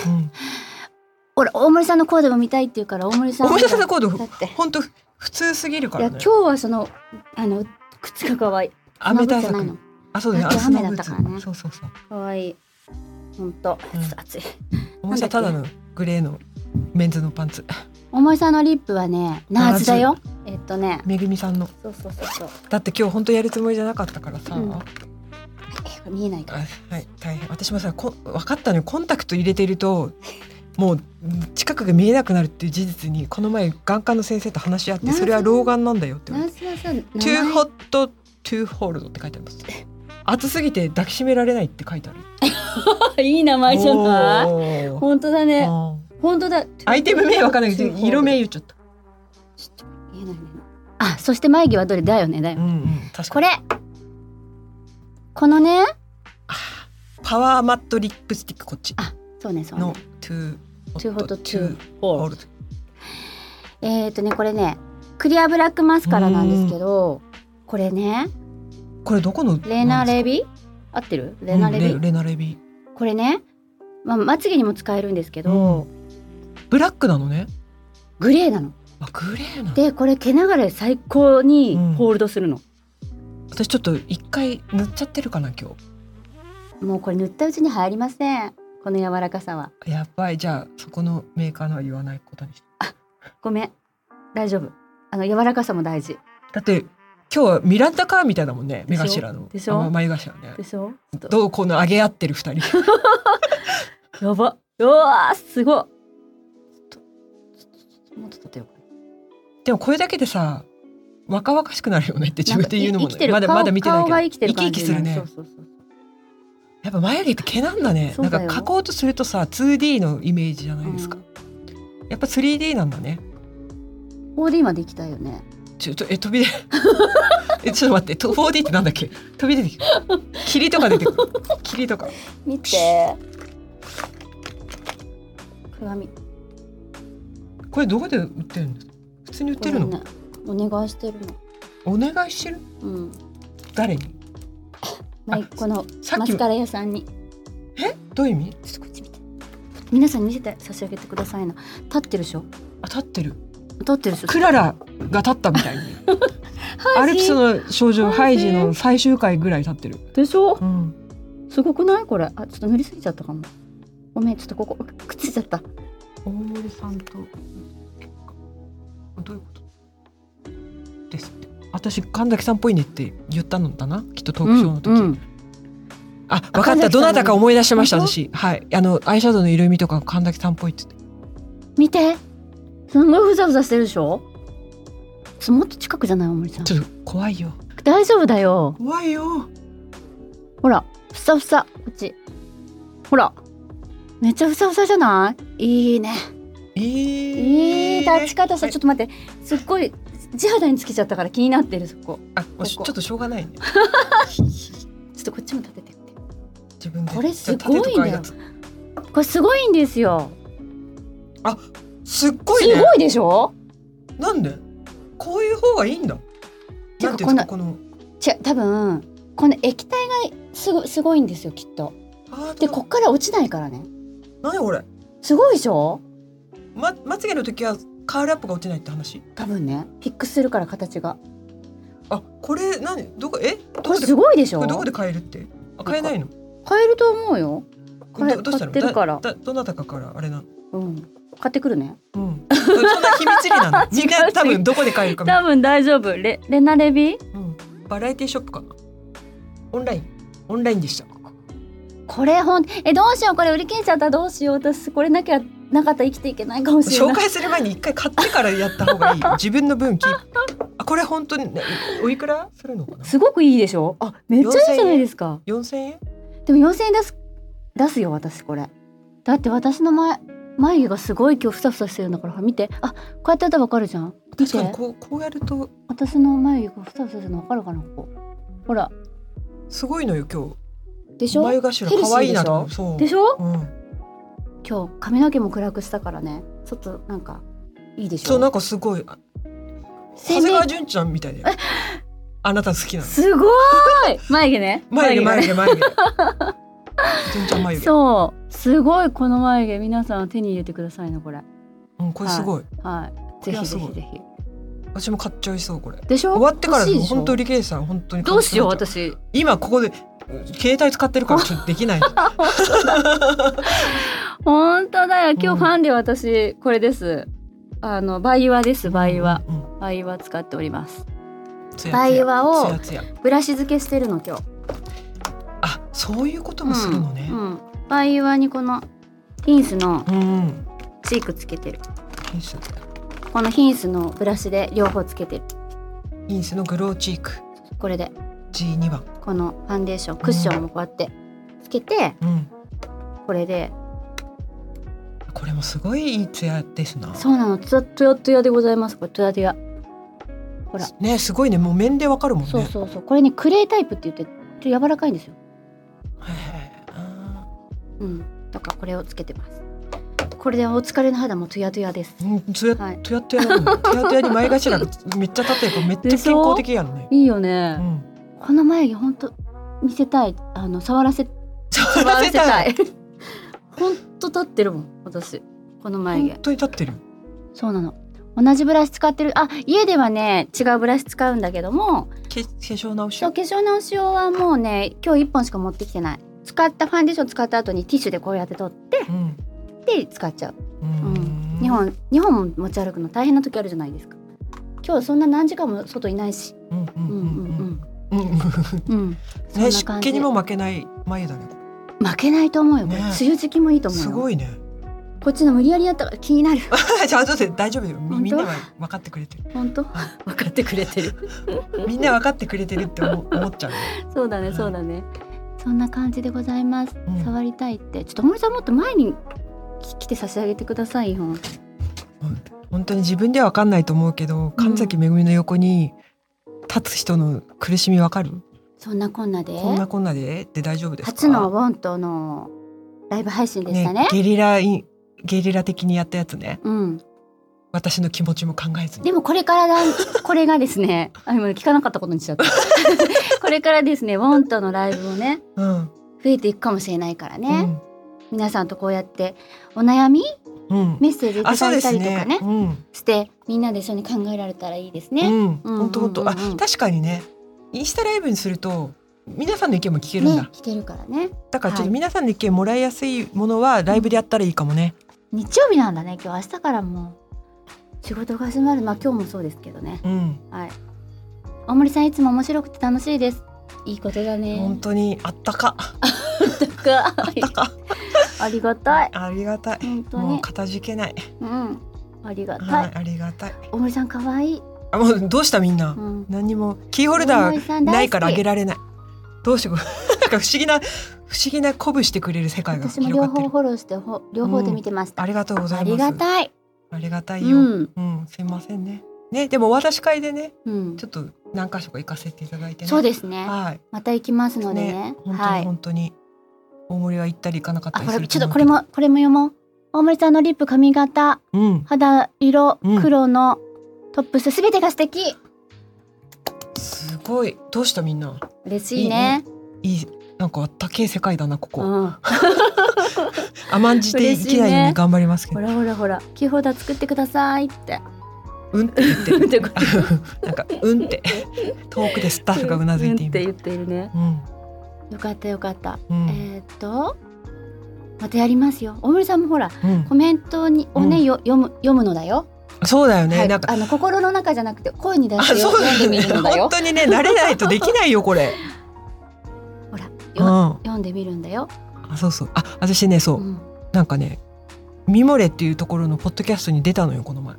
S1: ほら大森さんのコーデも見たいって言うから大森さん
S2: 大森さんのコーデ
S1: だってい
S2: 本当普通すぎるから
S1: や
S2: ね
S1: 今日はそのあの靴が可愛い
S2: 雨対
S1: 雨じゃない
S2: 策
S1: の
S2: あそうだね
S1: だって
S2: スノー
S1: 雨だったからね
S2: ブーツそうそうそう
S1: 可愛い本当ち
S2: うん
S1: ょっと暑い、
S2: 大森さんただのグレーのメンズのパンツ
S1: 大森さんのリップはねナーズだよえっとね
S2: めぐみさんの
S1: そうそうそうそう
S2: だって今日本当やるつもりじゃなかったからさ、
S1: うんえ見えないか
S2: あはい大変私もさこ分かったのよコンタクト入れてるともう近くが見えなくなるっていう事実にこの前眼科の先生と話し合って
S1: なるほど
S2: それは老眼なんだよって言
S1: ナ
S2: われ
S1: ー
S2: て
S1: ズはさ
S2: 「
S1: 名
S2: トゥーホ
S1: 前
S2: ットトゥーホールド」って書いてあります暑すぎて抱きしめられないって書いてある
S1: いい名前じゃない
S2: おー
S1: 本当だね
S2: あー
S1: 本当だ
S2: アイテム名わかんないけど色名
S1: ちょ
S2: 言っちゃった
S1: っと見えないねあそして眉毛はどれだよねだよ
S2: うん
S1: ね、
S2: うん確かに
S1: これこのね
S2: パワーマットリップスティックこっち
S1: そうねそうね
S2: のトゥー
S1: Too Hot
S2: ト
S1: Too
S2: ゥーホールド
S1: えっ、ー、とねこれねクリアブラックマスカラなんですけどこれね
S2: これどこの
S1: レナレ
S2: ビ
S1: ビ合ってるレナレビ、
S2: レナレビ
S1: これね、まあ、まつげにも使えるんですけど、
S2: ブラックなのね
S1: グレーなの
S2: あグレーなの
S1: でこれ毛流れ最高に
S2: うん
S1: ホールドするの、
S2: 私ちょっと一回塗っちゃってるかな今
S1: もうこれ塗ったうちに入りませんこの柔らかさは
S2: 日やばいじゃあそこのメーカーのは言わないことにして
S1: ごめん大丈夫あの柔らかさも大事
S2: だって今日はミランダカーみたいだもんね目頭の
S1: でしょ
S2: あ眉頭ね
S1: でしょ
S2: どうこの上げ合ってる二人 [LAUGHS]
S1: やばうわーすごいちょっともうちょっと立てよう
S2: でもこれだけでさ若々しくなるよねって自分で言うのも
S1: なんかい生き
S2: ね
S1: てる
S2: まだ
S1: 顔
S2: まだ見てないけ
S1: 顔が
S2: ど
S1: 生きてる感じ
S2: 生き生きするね
S1: そうそうそう
S2: やっぱ眉毛って毛なんだね
S1: そうだよ
S2: なんか描こうとするとさ 2D のイメージじゃないですか、やっぱ 3D なんだね
S1: 4D まで行きたいよね
S2: ちょっとえ飛び出 [LAUGHS] えちょっと待ってと 4D ってなんだっけ飛び出てきた霧とか出てくる霧とか
S1: 見て鏡売っ
S2: これどこで売ってるんですか普通に売ってるの
S1: お願いしてるの
S2: お願いしてる
S1: うん
S2: 誰に
S1: まあこの
S2: さっ
S1: マ
S2: き
S1: スカラ屋さんに
S2: えどういう意味
S1: ちょっとこっち見て皆さんに見せて差し上げてくださいな立ってるでしょ
S2: あ立ってる
S1: 立ってるでしょ
S2: クララが立ったみたい [LAUGHS] にアルプスの少女ハイジの最終回ぐらい立ってる、
S1: でしょ
S2: うん、
S1: すごくないこれあちょっと塗りすぎちゃったかもごめんちょっとここくっついちゃった
S2: 大森さんとどういうことですって私神崎さんっぽいねって言ったのだなきっとトークショーの時、
S1: うんうん
S2: あ分かった
S1: 神崎さん
S2: どなたか思い出しました
S1: 本当
S2: 私はいあのアイシャドウの色味とか神崎さんっぽいっつって
S1: 見てすんごいふざふざしてるでしょつもっと近くじゃない大森さん
S2: ちょっと怖いよ
S1: 大丈夫だよ
S2: 怖いよ
S1: ほらふさふさこっちほらめっちゃふさふさじゃないいいね
S2: えー、
S1: いい立ち方さ、
S2: はい
S1: ちょっと待ってすっごい地肌につけちゃったから気になってるそこ
S2: あもうし
S1: ここ
S2: ちょっとしょうがないね
S1: ちょっとこっちも立ててって
S2: 自分で
S1: これすごいね
S2: じゃあ立てとく間つ
S1: これすごいんですよ
S2: すっごい
S1: す
S2: ね
S1: ごいでしょ
S2: なんでこういう方がいいんだ
S1: て
S2: な
S1: か
S2: んてい
S1: こ
S2: うん
S1: の
S2: ですかこの
S1: 違う多分この液体がすごすごいんですよきっと
S2: ハー
S1: で
S2: ト
S1: こっから落ちないからね
S2: 何これ
S1: すごいでしょ
S2: ままつげの時はカールアップが落ちないって話
S1: 多分ねフィックスするから形が
S2: あこれ何どこえ
S1: こ
S2: どこ
S1: れ
S2: です
S1: ごいでしょ
S2: これどこで買えるってあ買えないの
S1: 買えると思うよこれ
S2: どどうしたの
S1: 買ってるから
S2: だだどなたかからあれな
S1: うん買ってくるね
S2: うんそんな秘密裏なのみん
S1: [LAUGHS] 違う違
S2: な
S1: う
S2: 多分どこで買えるかも
S1: 多分大丈夫レレナレビ
S2: うん、バラエティショップかなオンラインオンラインでした
S1: これほんえどうしようこれ売り切れちゃったどうしよう私これなきゃなかったら生きていけないかもしれ
S2: 紹
S1: ない
S2: 介する前に一回買ってからやった方が
S1: [LAUGHS]
S2: いい自分の分キープあこれ本当にねおいくらするのかな
S1: すごくいいでしょあめっちゃいいじゃないですか
S2: 4000円
S1: でも4000円出す出すよ私これだって私の前眉毛がすごい今日ふさふさしてるんだからほら見てあこうやってやったらわかるじゃん見
S2: 確かに
S1: て
S2: こうこうやると
S1: 私の眉毛がふさふさしてるのわかるかなここほら
S2: すごいのよ今
S1: でし
S2: 日
S1: ょ
S2: 眉頭
S1: ヘルシーでしょ
S2: 可愛いなとそう
S1: でしょ
S2: うん、
S1: 今日髪の毛も暗くしたからねちょっとなんかいいでしょ
S2: そうなんかすごいあ長
S1: 鮮
S2: 谷
S1: 明
S2: 川純ちゃんみた
S1: [LAUGHS]
S2: いであなた好きなの
S1: すごーい眉毛ね
S2: 眉毛眉毛眉毛純ちゃん眉
S1: [LAUGHS]
S2: 毛
S1: そうすごいこの眉毛皆さん手に入れてくださいねこれ
S2: うんこれすごい、
S1: はいぜ
S2: いや
S1: ひぜ
S2: すご
S1: ひ
S2: い
S1: ぜひ
S2: 私も買っちゃいそうこれ
S1: でしょ
S2: 終わってからで
S1: 欲し
S2: も
S1: いでしょ
S2: 本当リケイさん本当に
S1: どうしよう
S2: 買ってくれちゃ
S1: 私
S2: 今ここで携帯使って
S1: [LAUGHS]
S2: るからちょっとできない
S1: 本当だよ今
S2: うん
S1: 日ファンで私これです、あのバイワですバイワ、
S2: うんうん
S1: バイワ使っております
S2: つやつや
S1: バイワを
S2: つやつや
S1: ブラシ付けしてるの今日
S2: あそういうこともするのね
S1: うんうんバイワにこのヒンスの
S2: うん、うん
S1: チークつけてる
S2: インス
S1: このヒンスのブラシで両方つけてる
S2: インスのグローチーク
S1: これで
S2: G2 番
S1: このファンデーションクッションもこうやってつけて
S2: うん
S1: これで
S2: これもすごいいいツヤですな
S1: そうなのツヤツヤツヤでございますこれツヤツヤほら
S2: ねすごいねもう面でわかるもんね
S1: そうそうそうこれねクレータイプって言ってちょっと柔らかいんですよ
S2: へえあ
S1: うんだからこれをつけてますこれでお疲れの肌もツヤツヤです
S2: ーうんつや
S1: はい
S2: つやつやなのつやつやに前頭がめっちゃ立ってるからめっちゃ
S1: でしょ
S2: 健康的やんね
S1: いいよ
S2: う
S1: ね、
S2: ん
S1: この眉毛ほんと見せたいあの触らせ
S2: 触
S1: 触
S2: ら
S1: ら
S2: せ
S1: せ
S2: た
S1: た
S2: い
S1: い [LAUGHS] ほんと立ってるもん私この眉
S2: 本
S1: 毛
S2: 当に立ってる
S1: そうなの同じブラシ使ってるあ家ではね違うブラシ使うんだけども
S2: け化粧直し
S1: そう化粧直し用はもうね今日1本しか持ってきてない使ったファンデーション使った後にティッシュでこうやって取って
S2: うん
S1: で使っちゃう
S2: う
S1: 日本日本も持ち歩くの大変な時あるじゃないですか今日そんな何時間も外いないし
S2: うんうん
S1: うんうん
S2: うんうん
S1: うんうんそん
S2: ね
S1: な
S2: 湿
S1: 感
S2: 気
S1: じ
S2: にも負けない眉だねこれ
S1: 負けないと思うよこれ、
S2: ね
S1: 梅雨時期もいいと思うよ
S2: すごいね [LAUGHS]
S1: こっちの無理やりやったから気になる
S2: じゃあ後で大丈夫よみ
S1: 本当
S2: みんなは分かってくれてる
S1: 本当 [LAUGHS] 分かってくれてる
S2: [LAUGHS] みんな分かってくれてるっ
S1: [LAUGHS]
S2: て思思っちゃうね
S1: そうだね
S2: はい
S1: そうだね、そんな感じでございます、
S2: うん
S1: 触りたいってちょっと森さんもっと前にき来て差し上げてくださいよ
S2: 本当に自分では分かんないと思うけど神崎めぐみの横に立つ人の苦しみ分かる、
S1: そんなこんなで
S2: こんなこんなでで大丈夫ですか
S1: 初のウォントのライブ配信でしたね
S2: ゲリラインゲリラ的にやったやつね
S1: うん、
S2: 私の気持ちも考えずに
S1: でもこれからだ [LAUGHS] これがですねあ今聞かなかったことにしちゃった [LAUGHS] これからですねウォントのライブもね
S2: うん
S1: 増えていくかもしれないからね、皆さんとこうやってお悩み
S2: うん、うん、
S1: メッセージいた
S2: あそう
S1: だ
S2: で
S1: いた
S2: す
S1: りと
S2: ね
S1: かね
S2: うん
S1: してみんなで一緒に考えられたらいいですね、
S2: うん、
S1: うん
S2: 本当本当、
S1: うんうん
S2: あ確かにねインスタライブにすると皆さんの意見も聞けるんだ、
S1: ね聞けるからね
S2: だからちょっ
S1: は
S2: と
S1: い
S2: 皆さんの意見もらいやすいものはライブでやったらいいかもね
S1: 日曜日なんだね今日明日からもう仕事が始まるまあ今日もそうですけどね
S2: うん、
S1: はい大森さんいつも面白くて楽しいですいいことだね
S2: 本当にあったか
S1: か [LAUGHS] ありがたい
S2: ありがたい
S1: 本当
S2: もう
S1: に
S2: かたじけない、
S1: うんありがた
S2: はいい、ありがたい
S1: 大森さん可愛い
S2: あもうどうしたみんな、
S1: うん
S2: 何にもキーホルダー
S1: ー
S2: ないからあげ
S1: る
S2: られないどう [LAUGHS] してこなんか不思議な不思議な鼓舞してくれる世界が
S1: 私も
S2: 広が
S1: 両
S2: って
S1: 方
S2: る
S1: フォローしてほ両方で見てました、
S2: ありがとうござ
S1: あ
S2: います
S1: りが
S2: い
S1: たい
S2: ありがたいよ、
S1: うん
S2: うん、すいませんねねでもお渡し会でね
S1: うん
S2: ちょっと何箇所か行かせていただいてね
S1: そうですね
S2: はい
S1: また行きますのでね
S2: 本当
S1: は
S2: に
S1: い
S2: 本当に大森は行ったり行かなかった
S1: あ
S2: り
S1: こ
S2: す
S1: れ
S2: る
S1: ちょっと
S2: 思う
S1: こ
S2: け
S1: れ
S2: ど
S1: もこれも読もう大森さんのリップ髪型
S2: うん
S1: 肌色
S2: うん
S1: 黒のトップスすべてが素敵
S2: すごいどうしたみんな
S1: 嬉しいね
S2: いいなんかあったけえ世界だなここ、
S1: うん
S2: 甘んじて生きないように頑張りますけ
S1: ほ
S2: ど、
S1: らほらほらキーホルダー作ってくださいって
S2: うんって言って
S1: うん [LAUGHS] ってこ
S2: [LAUGHS] なんかうんって遠くでスタッフがうなずいて
S1: うんっ
S2: いま
S1: て
S2: す
S1: 言っているね
S2: うん
S1: よかったよかった
S2: うん
S1: えーっとまたやりますよ大森さんもほら
S2: うん
S1: コメントにをね、
S2: うん
S1: よ読む読むのだよ、
S2: そうだよね、
S1: はい
S2: なんか
S1: あの心の中じゃなくて声に出
S2: あ
S1: してよ
S2: そうだ
S1: 読んで
S2: よ
S1: み
S2: ね
S1: るのだよ
S2: [LAUGHS] 本当にね慣れないとできないよ
S1: [LAUGHS]
S2: これ
S1: ほらよ
S2: うんあ
S1: 読んでみるんだよ、
S2: そうそうあ私ねそ
S1: う
S2: う、
S1: ん、
S2: なんかねミモレっていうところのポッドキャストに出たのよこの前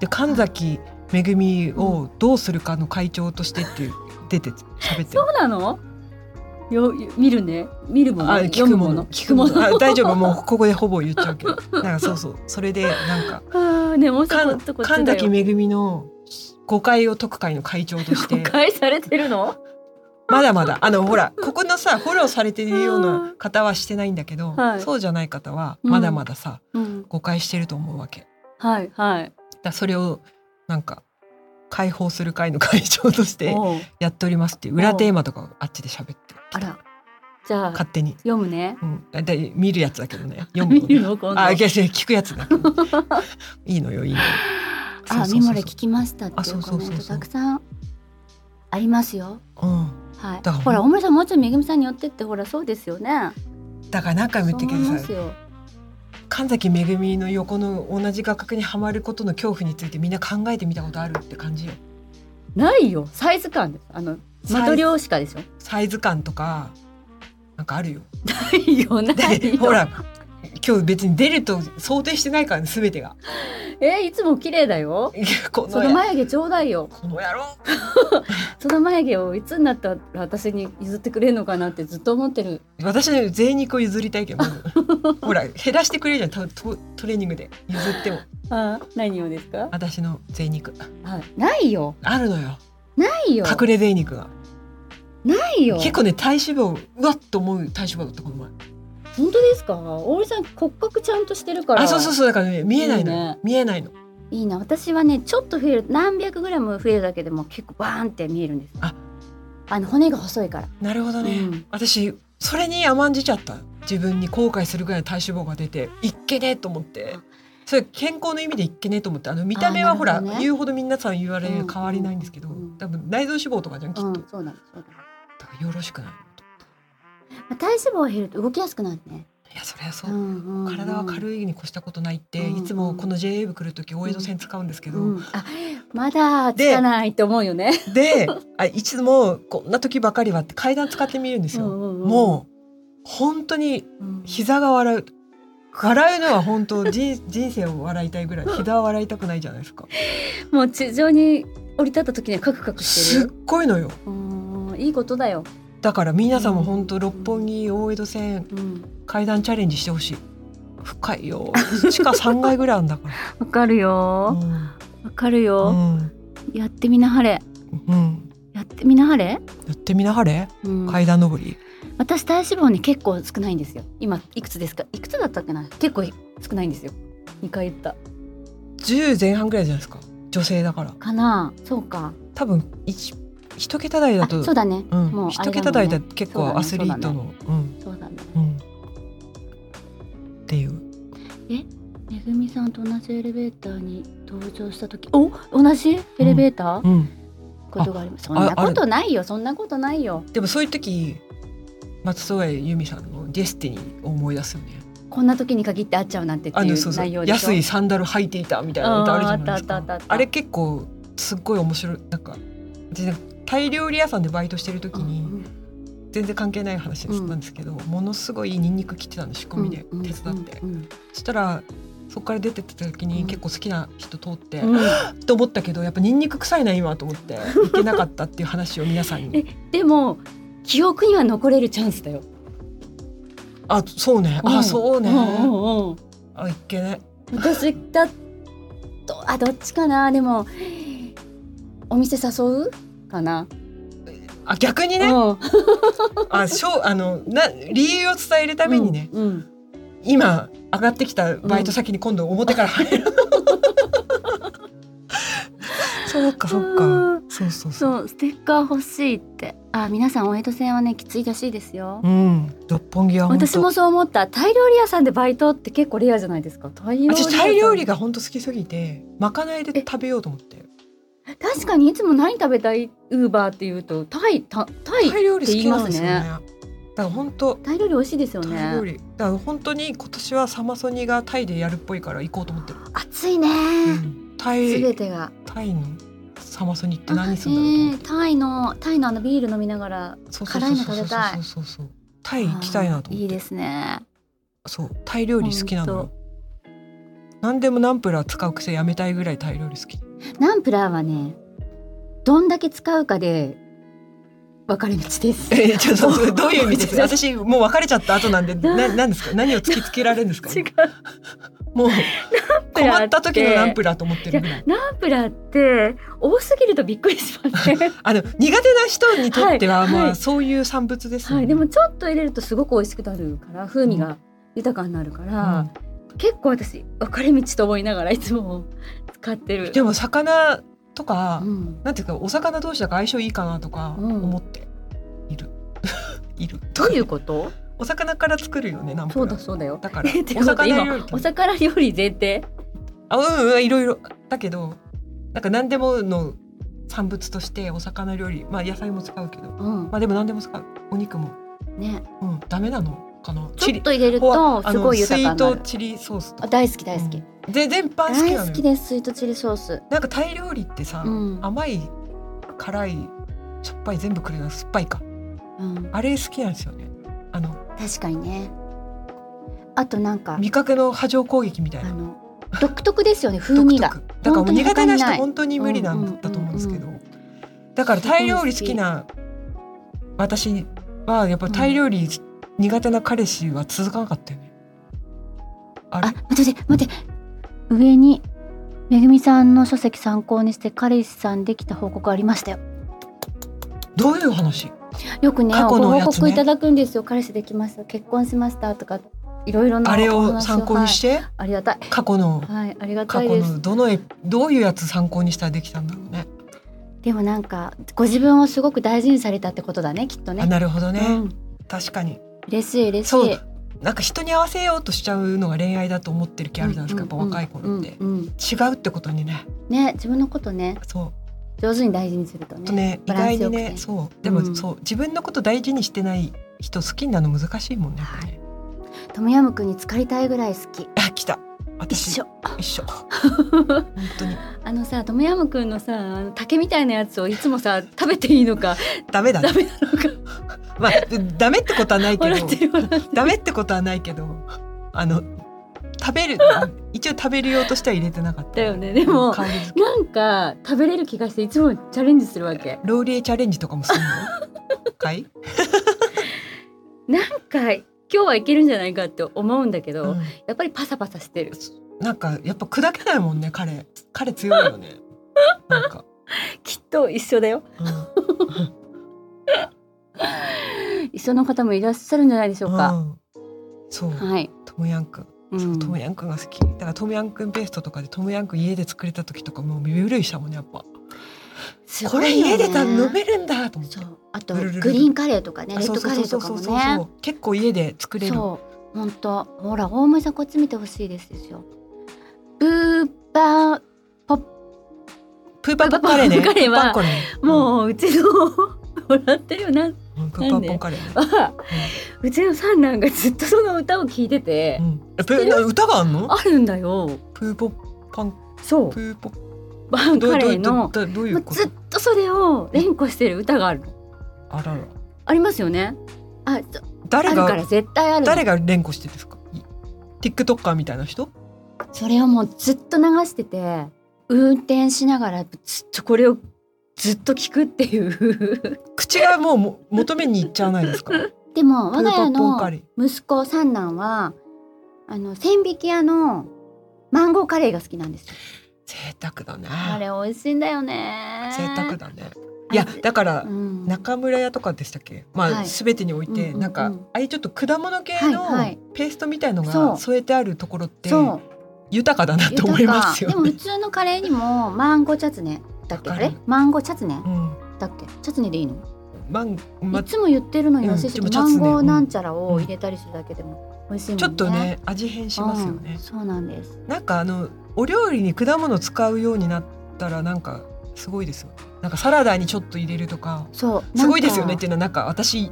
S2: で神崎めぐみをどうするかの会長としてっていう出て喋ってる
S1: そうなのよよ見るね見るもの
S2: あ聞
S1: 読
S2: く
S1: む
S2: も
S1: も
S2: の
S1: の聞くもの
S2: あ大丈夫もうここでほぼ言っちゃうけどなんかそうそうそれでなん
S1: [LAUGHS]
S2: か [LAUGHS]
S1: あーねもうち
S2: か
S1: ょ
S2: ん
S1: っとこっち
S2: 神
S1: だ
S2: 崎
S1: よ
S2: めぐみの誤解を解く会の会長として
S1: 誤解されてるの
S2: まだまだあのほらここのさフォローされてるような方はしてないんだけど、
S1: はい
S2: そうじゃない方は
S1: うん
S2: まだまださ、
S1: うん
S2: 誤解してると思うわけだか
S1: はいはい
S2: らそれをなんか解放する会の会長として
S1: おう
S2: やっておりますっていう裏テーマとかをあっちで喋って
S1: あらじゃあ
S2: 勝手に、
S1: 読むね
S2: うん、だい見るやつだけ
S1: [LAUGHS]
S2: どね読む
S1: 見
S2: のね
S1: るの今度
S2: あ、いやいや聞くやつだ。
S1: [LAUGHS]
S2: いいのよ、いいのよ。
S1: あ、
S2: そうそうそう
S1: ミモレ聞きましたっ
S2: あ
S1: てい
S2: そう
S1: う
S2: そ
S1: コ
S2: う
S1: メ
S2: そうそう
S1: ントたくさんありますよ。
S2: うん。
S1: はい
S2: だから。
S1: ほら、大森さんもうちょいめぐみさんに寄ってってほらそうですよね。
S2: だから何回も
S1: そう
S2: 言って
S1: 思
S2: る
S1: いま
S2: けどさ
S1: す、よ。
S2: 神崎めぐみの横の同じ画角にはまることの恐怖についてみんな考えてみたことあるって感じよ。
S1: ないよ。サイズ感です。あのマトリョーシカでしょ。
S2: サイズ感とかなんかあるよ。
S1: ないよ [LAUGHS] ない
S2: で、
S1: よ。
S2: ほ。ら今日別に出ると想定してないからね、すべてが。
S1: えいつも綺麗だよ。
S2: いやこ
S1: そ
S2: の
S1: の
S2: や
S1: 眉毛ちょうだいよ。
S2: この野郎。
S1: その眉毛をいつになったら私に譲ってくれるのかなってずっと思ってる。
S2: 私の贅肉を譲りたいけど、ま
S1: [LAUGHS]
S2: ずほら減らしてくれるじゃんトトトレーニングで譲っても
S1: あ、何をですか。
S2: 私の贅肉
S1: はい。ないよ。
S2: あるのよ
S1: ないよ。
S2: 隠れ贅肉が。
S1: ないよ。
S2: 結構ね体脂肪うわっと思う体脂肪だったこの前
S1: 本当ですか。大森さん骨格ちゃんとしてるから。
S2: あそうそうそうだからね見えないのよ
S1: いいね
S2: 見えないの
S1: いいな私はねちょっと増える何百グラム増えるだけでも結構バーンって見えるんです
S2: あ
S1: あの骨が細いから
S2: なるほどね、
S1: うん
S2: 私それに甘んじちゃった自分に後悔するぐらいの体脂肪が出ていっけねえと思って
S1: あ
S2: それ健康の意味でいっけねえと思ってあの見た目は
S1: あ
S2: ほ
S1: なる
S2: ら
S1: ほどね
S2: 言うほど皆さん言われ
S1: うん
S2: 変わりないんですけど、
S1: うん
S2: 多分内臓脂肪とかじゃんきっと、
S1: うん
S2: だ
S1: そうなのそうなの
S2: からよろしくない
S1: まあ体脂肪が減ると動きやすくなるね
S2: いやそれはそう、
S1: うんうんうん
S2: 体は軽いに越したことないって、
S1: うん
S2: いつもこの JA 部来る時大江戸線使うんですけど、
S1: うんあまだつかないと思うよね
S2: であいつもこんな時ばかりはって階段使ってみるんですよ、もう本当に
S1: うん、うん
S2: 膝が笑う笑うのは本当人人生を笑いたい
S1: [LAUGHS]
S2: ぐらい膝は笑いたくないじゃないですか
S1: もう地上に降り立った時にはカクカクして
S2: すっ
S1: る
S2: ごいのよ
S1: うんいいことだよ、
S2: だから皆さんも本当六本木大江戸線
S1: うん、
S2: 階段チャレンジしてほしい深いよ地下3階ぐらいあんだか
S1: [LAUGHS] わかる
S2: らう
S1: よ
S2: ん
S1: わかる
S2: う
S1: よ、
S2: ん、
S1: やってみなはれ
S2: うん、
S1: やってみなはれ、
S2: やってみなはれ
S1: うん、
S2: 階段上り
S1: 私体脂肪ね結構少ないんですよ今いくつですかいくつだったっけな結構少ないんですよ2回言った
S2: 10前半ぐらいじゃないですか女性だから
S1: かなそうか
S2: 多分一一桁台だ
S1: あ
S2: と
S1: そうだね
S2: うん
S1: もうあ
S2: 一
S1: れだもんね
S2: 桁台で結構アスリートのう,、
S1: そうだね
S2: んうんっていう
S1: めぐみさんと同じエレベーターに登場した時お同じエレベーター、
S2: うん
S1: ことがありますそんなことないよそんなことないよ
S2: でもそういう時松任谷由実さんの「デスティニー」を思い出すよね
S1: こんな時に限って会っちゃうなんてって
S2: あ
S1: い
S2: のそう
S1: う
S2: そう
S1: 内容でしょ
S2: 安いサンダル履いていたみたいな歌あるじゃないです
S1: あーあったあったあ
S2: か
S1: った
S2: あれ結構すっごい面白いなんか私ねタイ料理屋さんでバイトしてる時に全然関係ない話です
S1: うん
S2: なんですけど、ものすごいニンニク切ってたの仕込みで手伝って、
S1: うんうん
S2: そしたらそこから出てった時
S1: う
S2: に
S1: ん
S2: 結構好きな人通って、
S1: うんうん
S2: と思ったけどやっぱニンニク臭いな今と思っていけなかったっていう話を皆さん
S1: え
S2: に
S1: でも記憶には残れるチャンスだよ
S2: あそうねあ
S1: ん
S2: そうね
S1: うんうんうん
S2: あいけね
S1: 私だとあどっちかなでもお店誘うかな、
S2: あ逆にね、
S1: うん
S2: あしょうあのな理由を伝えるためにね、
S1: うんうん
S2: 今上がってきたバイト先に今度表から入
S1: [LAUGHS]
S2: る、そうかそうか
S1: うん
S2: そうそうそう
S1: そうステッカー欲しいってあ皆さんお江戸線はねきついらしいですよ、
S2: うん六本木は本当
S1: 私もそう思ったタイ料理屋さんでバイトって結構レアじゃないですかタイ料理屋
S2: 私
S1: さん
S2: タイ料理が本当好きすぎてまかないで食べようと思って
S1: 確かにいつも何食べたいウーバーっていうとタイタタイ
S2: タイ料理好きなんですよね
S1: って言
S2: だから本当
S1: タイ料理美味しいですよ
S2: タイ料
S1: ね
S2: 理だから本当に今年はサマソニがタイでやるっぽいから行こうと思ってる、
S1: 暑いね
S2: うんタ
S1: す
S2: イ
S1: べてが
S2: タイのサマソニって
S1: あ
S2: 何するんだろうと思って
S1: ねえタイのタイのあのビール飲みながら
S2: そうそう
S1: 辛いの食べたい
S2: そうそうそうそうタイ行きたいなと思って
S1: いいですね
S2: そうタイ料理好きなの
S1: ほん
S2: よ何でもナンプラー使う癖やめたいぐらいタイ料理
S1: [LAUGHS]
S2: 好き
S1: ナンプラーはねどんだけ使うかで分かれ道です
S2: えちょっとどういう意味です
S1: 違う
S2: 私もう別れちゃった後なんでな何ですか何を突きつけられるんですか
S1: 違う
S2: もう
S1: プラーって
S2: 困った時のナンプラーと思ってるぐらい
S1: ナンプラーって多すぎるとびっくりし
S2: [LAUGHS]
S1: ますね
S2: あの苦手な人にとっては、
S1: はい
S2: ま
S1: は
S2: あ
S1: い
S2: そういう産物です
S1: はいでも
S2: うん
S1: ちょっと入れるとすごく美味しくなるから風味が豊かになるから、結構私分かれ道と思いながらいつも使ってる
S2: でも魚とか、
S1: うん、
S2: なんていうかお魚同士だから相性いいかなとか
S1: うん
S2: 思っている、 [LAUGHS] いる
S1: どういうこと
S2: お魚から作るよねナンプ
S1: そ
S2: ラ
S1: う
S2: ー
S1: だそうだよ
S2: だから
S1: え [LAUGHS] って
S2: お
S1: こと
S2: 魚料
S1: 今
S2: 理
S1: お魚料理前提
S2: あうんうんいろいろだけどなんか何でもの産物としてお魚料理まあ野菜も使うけど
S1: うん
S2: まあでも何でも使うお肉も
S1: ね
S2: うんダメなのかな
S1: ちょっと入れるとすごい豊か
S2: ス
S1: に
S2: イ
S1: な
S2: ート
S1: る
S2: チリソースと
S1: あ
S2: か
S1: 大好き大好き、
S2: うんで全般好きな
S1: 大
S2: の
S1: 好
S2: よ
S1: きですスイートチリソース
S2: なんかタイ料理ってさ、
S1: うん
S2: 甘い辛いしょっぱい全部くれるの酸っぱいか
S1: うん
S2: あれ好きなんですよねあの
S1: 確かにねあとなんか
S2: 味覚の波状攻撃みたい
S1: あ
S2: な
S1: の独特です
S2: [LAUGHS]
S1: よね風味が
S2: 独特だからもう苦手な人本
S1: 本
S2: 当に無理なんだと思うんですけど、だからタイ料理好きな私はやっぱりタイ料理苦手な彼氏は続かなかったよね。あれ
S1: あ待って待って上にめぐみさんの書籍参考にして彼氏さんできた報告ありましたよ
S2: どういう話
S1: よくね
S2: 過去の
S1: ご
S2: や
S1: 報
S2: つね
S1: 告いただくんですよ彼氏できました結婚しましたとかいろいろな
S2: あれ
S1: お話
S2: を参考にし
S1: は
S2: て、
S1: いありがたい
S2: 過去の
S1: はいありが
S2: 過
S1: たい
S2: 去
S1: です
S2: のどのえどういうやつ参考にしたらできたんだろうね。
S1: でもなんかご自分をすごく大事にされたってことだねきっと
S2: あ
S1: ね
S2: なるほどね、
S1: うん、
S2: 確かに
S1: 嬉しい嬉しい
S2: そうなんか人に合わせようとしちゃうのが恋愛だと思ってる気あるじゃないですか、
S1: うんうんうん
S2: やっぱ若い頃って、
S1: うんうん
S2: 違うってことにね
S1: ね自分のことね
S2: そう
S1: 上手に大事にするとね
S2: とね意
S1: バラン
S2: 外
S1: スよ
S2: に
S1: く
S2: ねそうでも、
S1: うん
S2: そう自分のこと大事にしてない人好きになるの難しいもんね,、
S1: はい
S2: ね
S1: トムヤムクンに疲れたいぐらい好き
S2: あ来た私
S1: 一緒
S2: 一緒本当に
S1: あのさトムヤムクンのさあの竹みたいなやつをいつもさ食べていいのか
S2: ダメだ
S1: ダメ
S2: ね
S1: なのか
S2: まあダメってことはないけ
S1: 笑って
S2: ど
S1: る笑ってる
S2: ダメってことはないけどあの食べる一応食べる用としては入れてなかった
S1: だよねでも
S2: 香りづけ
S1: なんか食べれる気がしていつもチャレンジするわけ
S2: ローリエチャレンジとか
S1: [LAUGHS]
S2: もするのかい、
S1: なんか今日はいけるんじゃないかって思うんだけ
S2: う
S1: ど、
S2: ん
S1: やっぱりパサパサしてる
S2: なんかやっぱ砕けないもんね彼彼強いよねなんか、
S1: きっと一緒だよ
S2: うん
S1: 一緒の方もいらっしゃるんじゃないでしょうか、
S2: ん、そう
S1: はい、
S2: トムヤンくん、
S1: う
S2: そうんトムヤンくんが好きだからトムヤンくんペーストとかでトムヤンくん家で作れた時とかもうびるいしたもんねやっぱ、
S1: す
S2: こ
S1: ご
S2: れ
S1: いよね
S2: 家でた飲めるんだと思って
S1: そうあと
S2: ブルルルル
S1: グリーンカレーとかね
S2: あ
S1: レッ
S2: そう
S1: ド
S2: そう
S1: カレ
S2: そう
S1: ー
S2: そ
S1: と
S2: う
S1: か
S2: そ
S1: も
S2: う
S1: ね
S2: 結構家で作れる
S1: そう本当ほら大森さんこっち見てほしいですよブーバー
S2: プーパーポンカレーね
S1: プーパーポンカレーは
S2: パンコね
S1: もううちのもらってるよな
S2: うん、うんプーパーポンカレーね、
S1: はうちの三男がずっとその歌を聞いてて、
S2: うん、えプー歌があんの
S1: あるんだよ
S2: プーポパン
S1: そう
S2: プーポ
S1: バーン
S2: どう
S1: カレ
S2: ど
S1: ー
S2: う
S1: の
S2: どうどうい
S1: も
S2: う
S1: う
S2: こ
S1: ずっ
S2: と
S1: とそれを連呼してる歌がある
S2: あらら
S1: ありますよねあそあ
S2: 誰
S1: る
S2: が
S1: から絶対あるの
S2: 誰が連呼してるんですかい TikToker みたいな人
S1: それをもうずっと流してて運転しながらずっとこれをずっと聞くっていう
S2: 口がもうも求めに行っちゃわな
S1: [LAUGHS]
S2: いですか
S1: でも
S2: プー
S1: 我が
S2: パ
S1: 家
S2: ーポンカ
S1: の
S2: レー
S1: 息子三男はあの千匹屋のマンゴーカレーが好きなんですよ
S2: 贅沢だね
S1: あれ美味しいんだよね
S2: 贅沢だねいやだから
S1: うん
S2: 中村屋とかでしたっけまあ、
S1: はい
S2: 全てにおいて、
S1: うんうんうん
S2: なんかああいうちょっと果物系
S1: はいは
S2: の
S1: い
S2: ペーストみたいの
S1: そ
S2: が
S1: う
S2: 添えてあるところって
S1: そう
S2: 豊かだなと思いますよ
S1: でも普
S2: ね。
S1: 通のカレーにもマンゴーチャツネだっけ
S2: わ
S1: あ
S2: かる
S1: れマンゴーチャツネ
S2: うん、
S1: だっけチャツネでいいの、
S2: まんま
S1: いつも言ってるのに忘れ
S2: うん
S1: て
S2: で
S1: た、
S2: もチャ
S1: マ
S2: ツネ
S1: ンゴーなんちゃらを入れたりするだけでも美味しいもんね
S2: ちょっとね味変しますよ
S1: うん
S2: ね。
S1: そうなんです
S2: なんかあのお料理に果物使うようになったらなんかすごいですよ。なんかサラダにちょっと入れるとか
S1: そうなんか
S2: すごいですよねっていうのはなんか私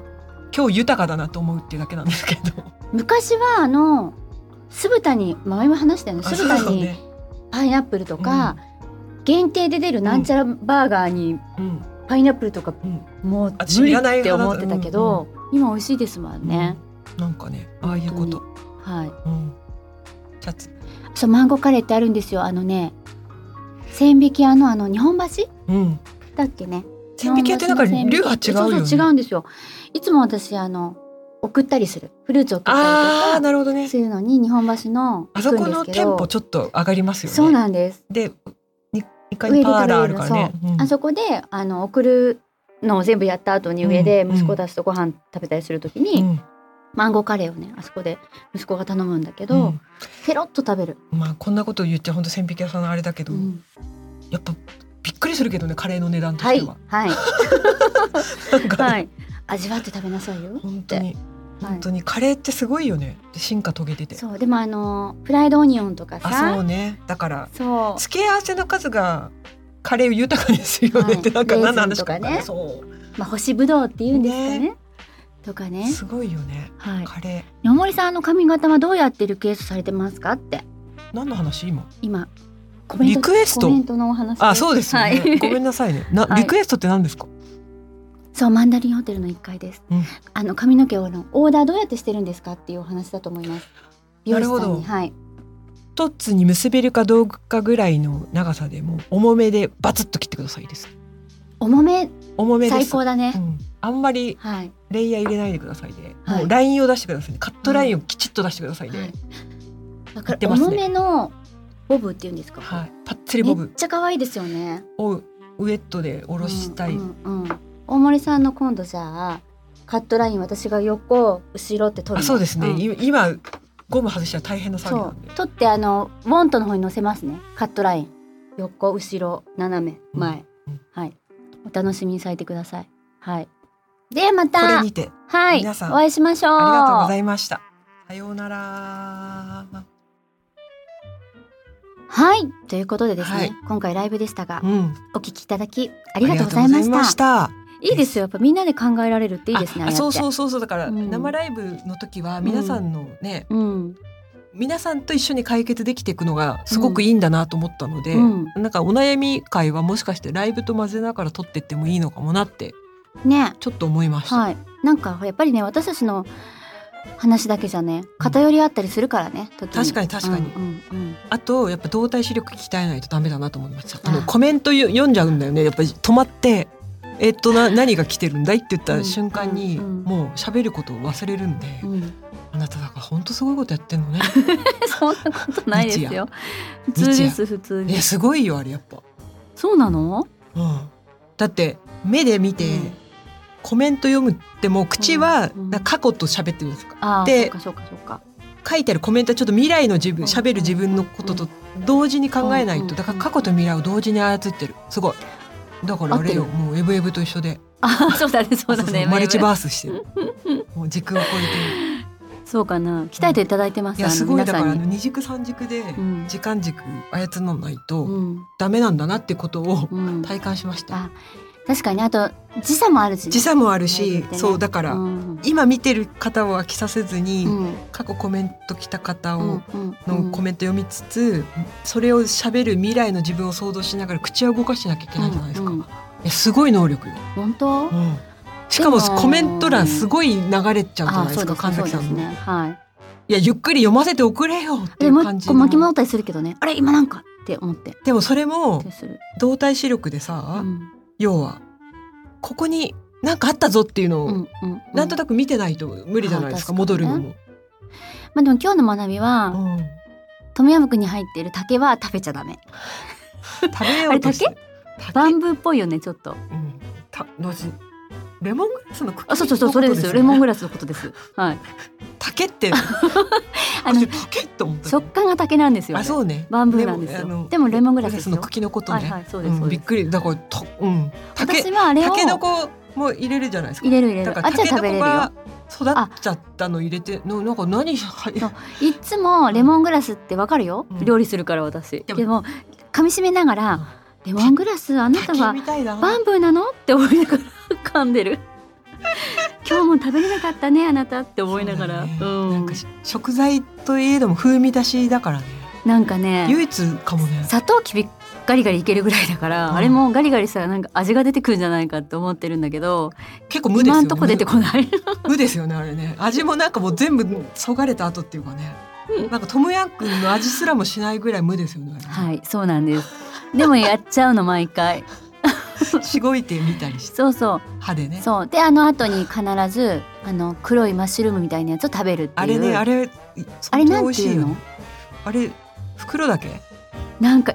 S2: 今日豊かだなと思うっていうだけなんですけど。
S1: 昔はあの酢豚に前も話したよね
S2: あ
S1: 酢豚
S2: そう
S1: に
S2: ね
S1: パイナップルとか、限定で出るなんちゃらバーガーに
S2: うん
S1: パイナップルとか
S2: うん
S1: もう
S2: 私
S1: 無理
S2: いらない
S1: って思ってたけ
S2: 派
S1: ど、今美味しいですもんね、
S2: なんかねああいうこと。
S1: はい
S2: うん。シャツ。
S1: そうマンゴーカレーってあるんですよあのね千匹屋のあの日本橋
S2: うん。
S1: だっけね
S2: 千匹屋ってなんか
S1: 日
S2: 竜が
S1: 本
S2: 違
S1: 橋の千匹
S2: うよね。
S1: 屋そうそう違うんですよいつも私あの送ったりするフルーツ送ったりと
S2: ああ
S1: か
S2: なるほどね
S1: す。るのに日本橋の
S2: あそこ
S1: 行く
S2: の
S1: んですけど
S2: 店舗ちょっと上がりますよね。
S1: そうなんです
S2: でに一階にパーラーあるからね。うん
S1: あそこであの送るのを全部やった後に上で
S2: うん
S1: 息子たちとご飯食べたりするときに、
S2: うん
S1: マンゴーカレーをねあそこで息子が頼むんだけど、
S2: うん
S1: ペロッと食べる、
S2: まあこんなこと言っちゃ本当千匹屋さんのあれだけど、
S1: うん
S2: やっぱびっくりするけどねカレーの値段と
S1: は
S2: して
S1: い
S2: は、 [LAUGHS]
S1: はい
S2: なんか、
S1: はい味わって食べなさいよ
S2: 本当に
S1: はい
S2: 本当にカレーってすごいよね進化遂げてて
S1: そうでもあのフライドオニオンとか
S2: あそう
S1: さ
S2: ねだから
S1: そう
S2: 付け合わせの数がカレーを豊かにするよねって、
S1: はい
S2: なんか何の
S1: レーズ
S2: 話
S1: ンと
S2: か
S1: か
S2: 分
S1: ね
S2: かんないそう
S1: まあ干しぶどうっていうんですかね
S2: ね
S1: とかね
S2: すごいよね
S1: はい
S2: カレ
S1: 大森さんあの髪型はどうやってリクエストされてますかって
S2: ー何の話今
S1: 今コメント
S2: リクエスト
S1: コメントのお話
S2: あそうですよね、
S1: はい、
S2: ごめんなさいねな、
S1: はい
S2: リクエストって何ですか
S1: そうマンダリンホテルの1階です、
S2: うん
S1: あの髪の毛をあのオーダーどうやってしてるんですかっていうお話だと思います美容師さんに
S2: なるほど
S1: はい
S2: トッツに結べるかどうかぐらいの長さでもう重めでバツッと切ってくださいです
S1: 重め
S2: 重めです
S1: 最高だね、
S2: うん、あんまり
S1: はい、
S2: レイヤー入れないでくださいで、
S1: はい
S2: もうラインを出してくださいねカットラインをきちっと出してくださいね、
S1: は
S2: はいい、
S1: だか
S2: 言って
S1: ら
S2: ます
S1: 重
S2: ね
S1: めのボブっていうんですか、
S2: パッツリボ
S1: め
S2: ブ
S1: っちゃ可愛いですよね
S2: をウエットで下ろしたい、
S1: うんうんうん大森さんの今度じゃあカットライン私が横後ろって取る
S2: あ
S1: の
S2: そうですね、
S1: ん
S2: い今ゴム外したら大変な作業
S1: そ
S2: な
S1: うん
S2: で
S1: 取ってあのウォントの方に乗せますねカットライン横後ろ斜め前、
S2: うんうん
S1: はいお楽しみにされてくださいはいでま
S2: これ
S1: た
S2: にて
S1: はい
S2: 皆さん
S1: お会いしましょう
S2: ありがとうございましたさようなら
S1: はいということでですね、
S2: はい
S1: 今回ライブでしたが
S2: うん
S1: お聞きいただきありがとうございま
S2: あり
S1: した
S2: がとうございました
S1: いいですよやっぱみんなで考えられるっていいですねあ
S2: あ
S1: あやって
S2: そうそうそうそうだから、
S1: うん
S2: 生ライブの時は皆さんのね、
S1: うん
S2: 皆さんと一緒に解決できていくのがすごくいいんだなと思ったので、
S1: うん
S2: なんかお悩み会はもしかしてライブと混ぜながら撮ってってもいいのかもなって
S1: ね
S2: ちょっと思いました。
S1: はい、なんかやっぱりね私たちの話だけじゃね偏りあったりするからね、時
S2: 確かに確かに
S1: うんうんうん
S2: あとやっぱ動体視力鍛えないとダメだなと思いました。
S1: あ
S2: あのコメントよ読んじゃうんだよね。やっぱり止まって。えっとな何が来てるんだいって言っ
S1: う
S2: た
S1: ん
S2: 瞬間に、
S1: うんうん
S2: もう喋ることを忘れるんで、
S1: うん、
S2: あなただから本当すごいことやってんの
S1: [LAUGHS]
S2: ね
S1: そんなことないですよ普
S2: 日夜
S1: 通です普通
S2: え
S1: に
S2: すごいよあれやっぱ、
S1: そうなの
S2: うん、だって目で見て、
S1: うん
S2: コメント読むってもう口は
S1: うんうん
S2: なんか過去と喋ってるんですか、
S1: ああそ
S2: で
S1: うかそうかそうか [LAUGHS]
S2: 書いてあるコメントはちょっと未来の自分
S1: うん
S2: 喋る自分のことと同時に考えない
S1: うん
S2: とだから過去と未来を同時に操ってるすごいだからあれよ
S1: 合って
S2: もうエブエブと一緒で
S1: ああそうだねそうだ
S2: そう
S1: ね
S2: そうマルチバースして
S1: [LAUGHS]
S2: るもう軸を超えてる
S1: そうかな鍛えていただいてま
S2: い
S1: す、
S2: や
S1: あ
S2: す
S1: の
S2: ごい
S1: 皆
S2: だか
S1: さ
S2: らあ
S1: ん
S2: の
S1: に
S2: 二軸三軸で
S1: うん
S2: 時間軸操らない
S1: うん
S2: とダメなんだなってことを
S1: うん
S2: 体感しました、
S1: あ確かにあと時差もあるしね
S2: 時差もある
S1: ライ
S2: し
S1: ブってね
S2: そうだから、
S1: うん
S2: 今見てる方を飽きさせずに、
S1: うん
S2: 過去コメント来た方
S1: うん
S2: を、
S1: うん
S2: のコメント読みつつ、それを喋る未来の自分を想像しながら口を動かしなきゃいけないじゃないですか、
S1: うんうん
S2: えすごい能力よ、
S1: 本当、
S2: うんしかも
S1: でも
S2: コメント欄すごい流れちゃうじゃ
S1: あ
S2: ないで
S1: そ
S2: す
S1: う
S2: か
S1: ですね
S2: 神
S1: そうで
S2: 崎さん
S1: す
S2: の、
S1: ねはい
S2: いやゆっくり読ませておくれよってい
S1: で
S2: う
S1: もう
S2: 感
S1: 一
S2: じ
S1: 個
S2: の
S1: 巻き戻ったりするけどねあれ今なんかって思って
S2: でもそれも
S1: する、
S2: 動体視力で
S1: う
S2: さ、
S1: ん
S2: 要はここに何かあったぞっていうのを、
S1: うんうんうん、
S2: なんとなく見てないと無理じゃないですか,、
S1: あ確
S2: 戻
S1: かに
S2: る
S1: ね
S2: のも、
S1: まあでも今日の学びは、
S2: うん
S1: トムヤムクンに入っている竹は食べちゃダメ
S2: 食べようとして
S1: あ
S2: る
S1: バ
S2: 竹
S1: ンブーっぽいよねちょっと
S2: うんた同時にレモングラスの茎
S1: あそうそうそうそれですよレモング
S2: ラ
S1: ラスのことですはい
S2: ス
S1: [LAUGHS]
S2: 竹って
S1: あ
S2: 私
S1: の
S2: 竹って思った
S1: 食感が竹なんですよ、ね、
S2: あそうね
S1: バンブーなんですよ
S2: あの
S1: でもレモングラスですよ
S2: の茎のこと
S1: はい
S2: ね
S1: はいそうです
S2: う
S1: そ
S2: ん
S1: う
S2: び
S1: で
S2: っ
S1: す、
S2: くりだからとうん竹
S1: 私はあれを
S2: タケノコも入れるじゃないですか
S1: 入れる入れ
S2: だか
S1: るあ
S2: ら
S1: じゃあ
S2: タケ
S1: 食
S2: ノ
S1: べれ
S2: コ
S1: るよ
S2: が育っちゃったの入れてのなんか何はい
S1: そういつもレモングラスってわかるよ、
S2: うん
S1: 料理するから私
S2: で
S1: で
S2: も
S1: も噛み締めながら「レモングラスあなた
S2: 竹
S1: は
S2: みたいだな
S1: バンブーなの?」って思いながら噛んで
S2: [LAUGHS]
S1: る「今日も食べれなかったねあなた」って思いながらう,、
S2: そうだよ
S1: ん
S2: ねなんかし食材といえども風味出しだからね
S1: なんかね
S2: 唯一かもね
S1: 砂糖きびガリガリいけるぐらいだから、
S2: うん
S1: あれもガリガリしたらなんか味が出てくるんじゃないかって思ってるんだけど、
S2: 結構無ですよ
S1: 今
S2: ね
S1: んとこ出てこ
S2: [LAUGHS]
S1: ない
S2: 無ですよねあれね味もなんかもう全部そがれた後っていうかね
S1: うん
S2: なんかトムヤンクンの味すらもしないぐらい無ですよねあれね
S1: はいそうなんです [LAUGHS] でもやっちゃうの毎回
S2: しごいてみたりして
S1: そうそう
S2: 歯でね
S1: そうであの後に必ずあの黒いマッシュルームみたいなやつを食べるっていう
S2: あれねあ
S1: れ
S2: れ
S1: あれなんて
S2: 相当美味し
S1: い
S2: いうよ
S1: の
S2: あれ袋だけ
S1: なんか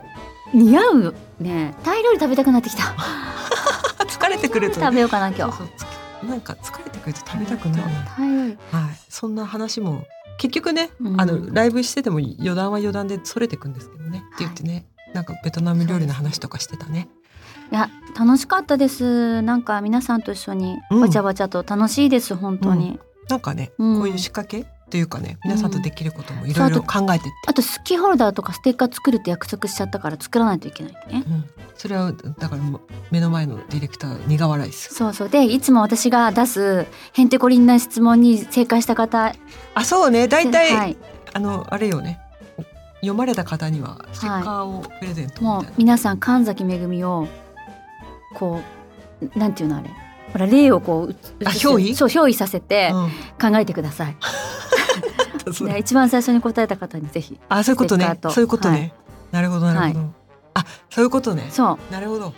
S1: 似合うねタイ料理食べたくなってきた
S2: あ疲れてくると
S1: 食べようかな今日
S2: [LAUGHS] そうそうつなんか疲れてくると食べたくなるな
S1: タイ料理
S2: はいそんな話も結局ね、
S1: うん
S2: あのライブしてても余談は余談でそれてくんですけどね、って言ってねなんかベトナム料理の話とかしてたね
S1: いや楽しかったですなんか皆さんと一緒に
S2: うん
S1: わちゃわちゃと楽しいです本当に、
S2: なんかね、
S1: うん
S2: こういう仕掛けっていうかね皆さんとできることもい
S1: そう
S2: ろ
S1: あ
S2: いろ
S1: と
S2: 考えてって、
S1: あとスキーホルダーとかステッカー作るって約束しちゃったから作らないといけないね
S2: うんそれはだからもう目の前のディレクター苦笑いです
S1: そうそうでいつも私が出すへんてこりんな質問に正解した方
S2: あそうね大体、
S1: はい、
S2: あのあれよね読まれた方にはステッカーをプレゼントみ
S1: も
S2: たいうな、
S1: 皆さん神崎めぐみをこうなんていうのあれほら例をこううつ
S2: あ
S1: うつ
S2: 憑依
S1: そう憑依させて
S2: うん
S1: 考えてくだ
S2: [LAUGHS]
S1: さい、
S2: そう
S1: で一番最初に答えた方にぜひ
S2: あそういうこと
S1: ステッ
S2: ね
S1: カーと
S2: そういうことね、なるほどなるほど、あそういうことね
S1: そ
S2: なるほど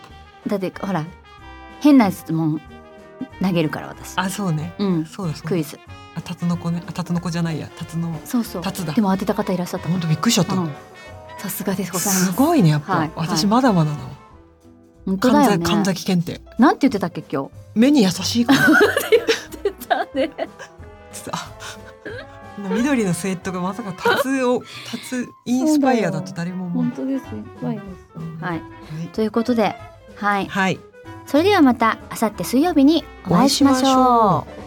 S1: うだってほら変な質問投げるから私
S2: あそうね
S1: うん
S2: そうだそう
S1: ク
S2: だ
S1: イズ
S2: あタツノコねあタツノコじゃないやタツノ
S1: そうそう
S2: タツだ
S1: でも当てた方いらっしゃった
S2: 本当びっくりしちゃった、
S1: うんさすがでございます
S2: すごいねやっぱ、
S1: はい
S2: 私まだまだだわ
S1: 本当だ
S2: 神
S1: よ
S2: 崎
S1: ね
S2: 神崎検定
S1: なんて言ってたっけ今日
S2: 目に優しいから [LAUGHS]
S1: ね
S2: さ緑のスウェットがまさかタツをタツインスパイアだと誰も思う
S1: 当です
S2: 怖いです
S1: はい
S2: はい
S1: ということではい
S2: はい
S1: それではまたあさって水曜日にお会いしましょう
S2: う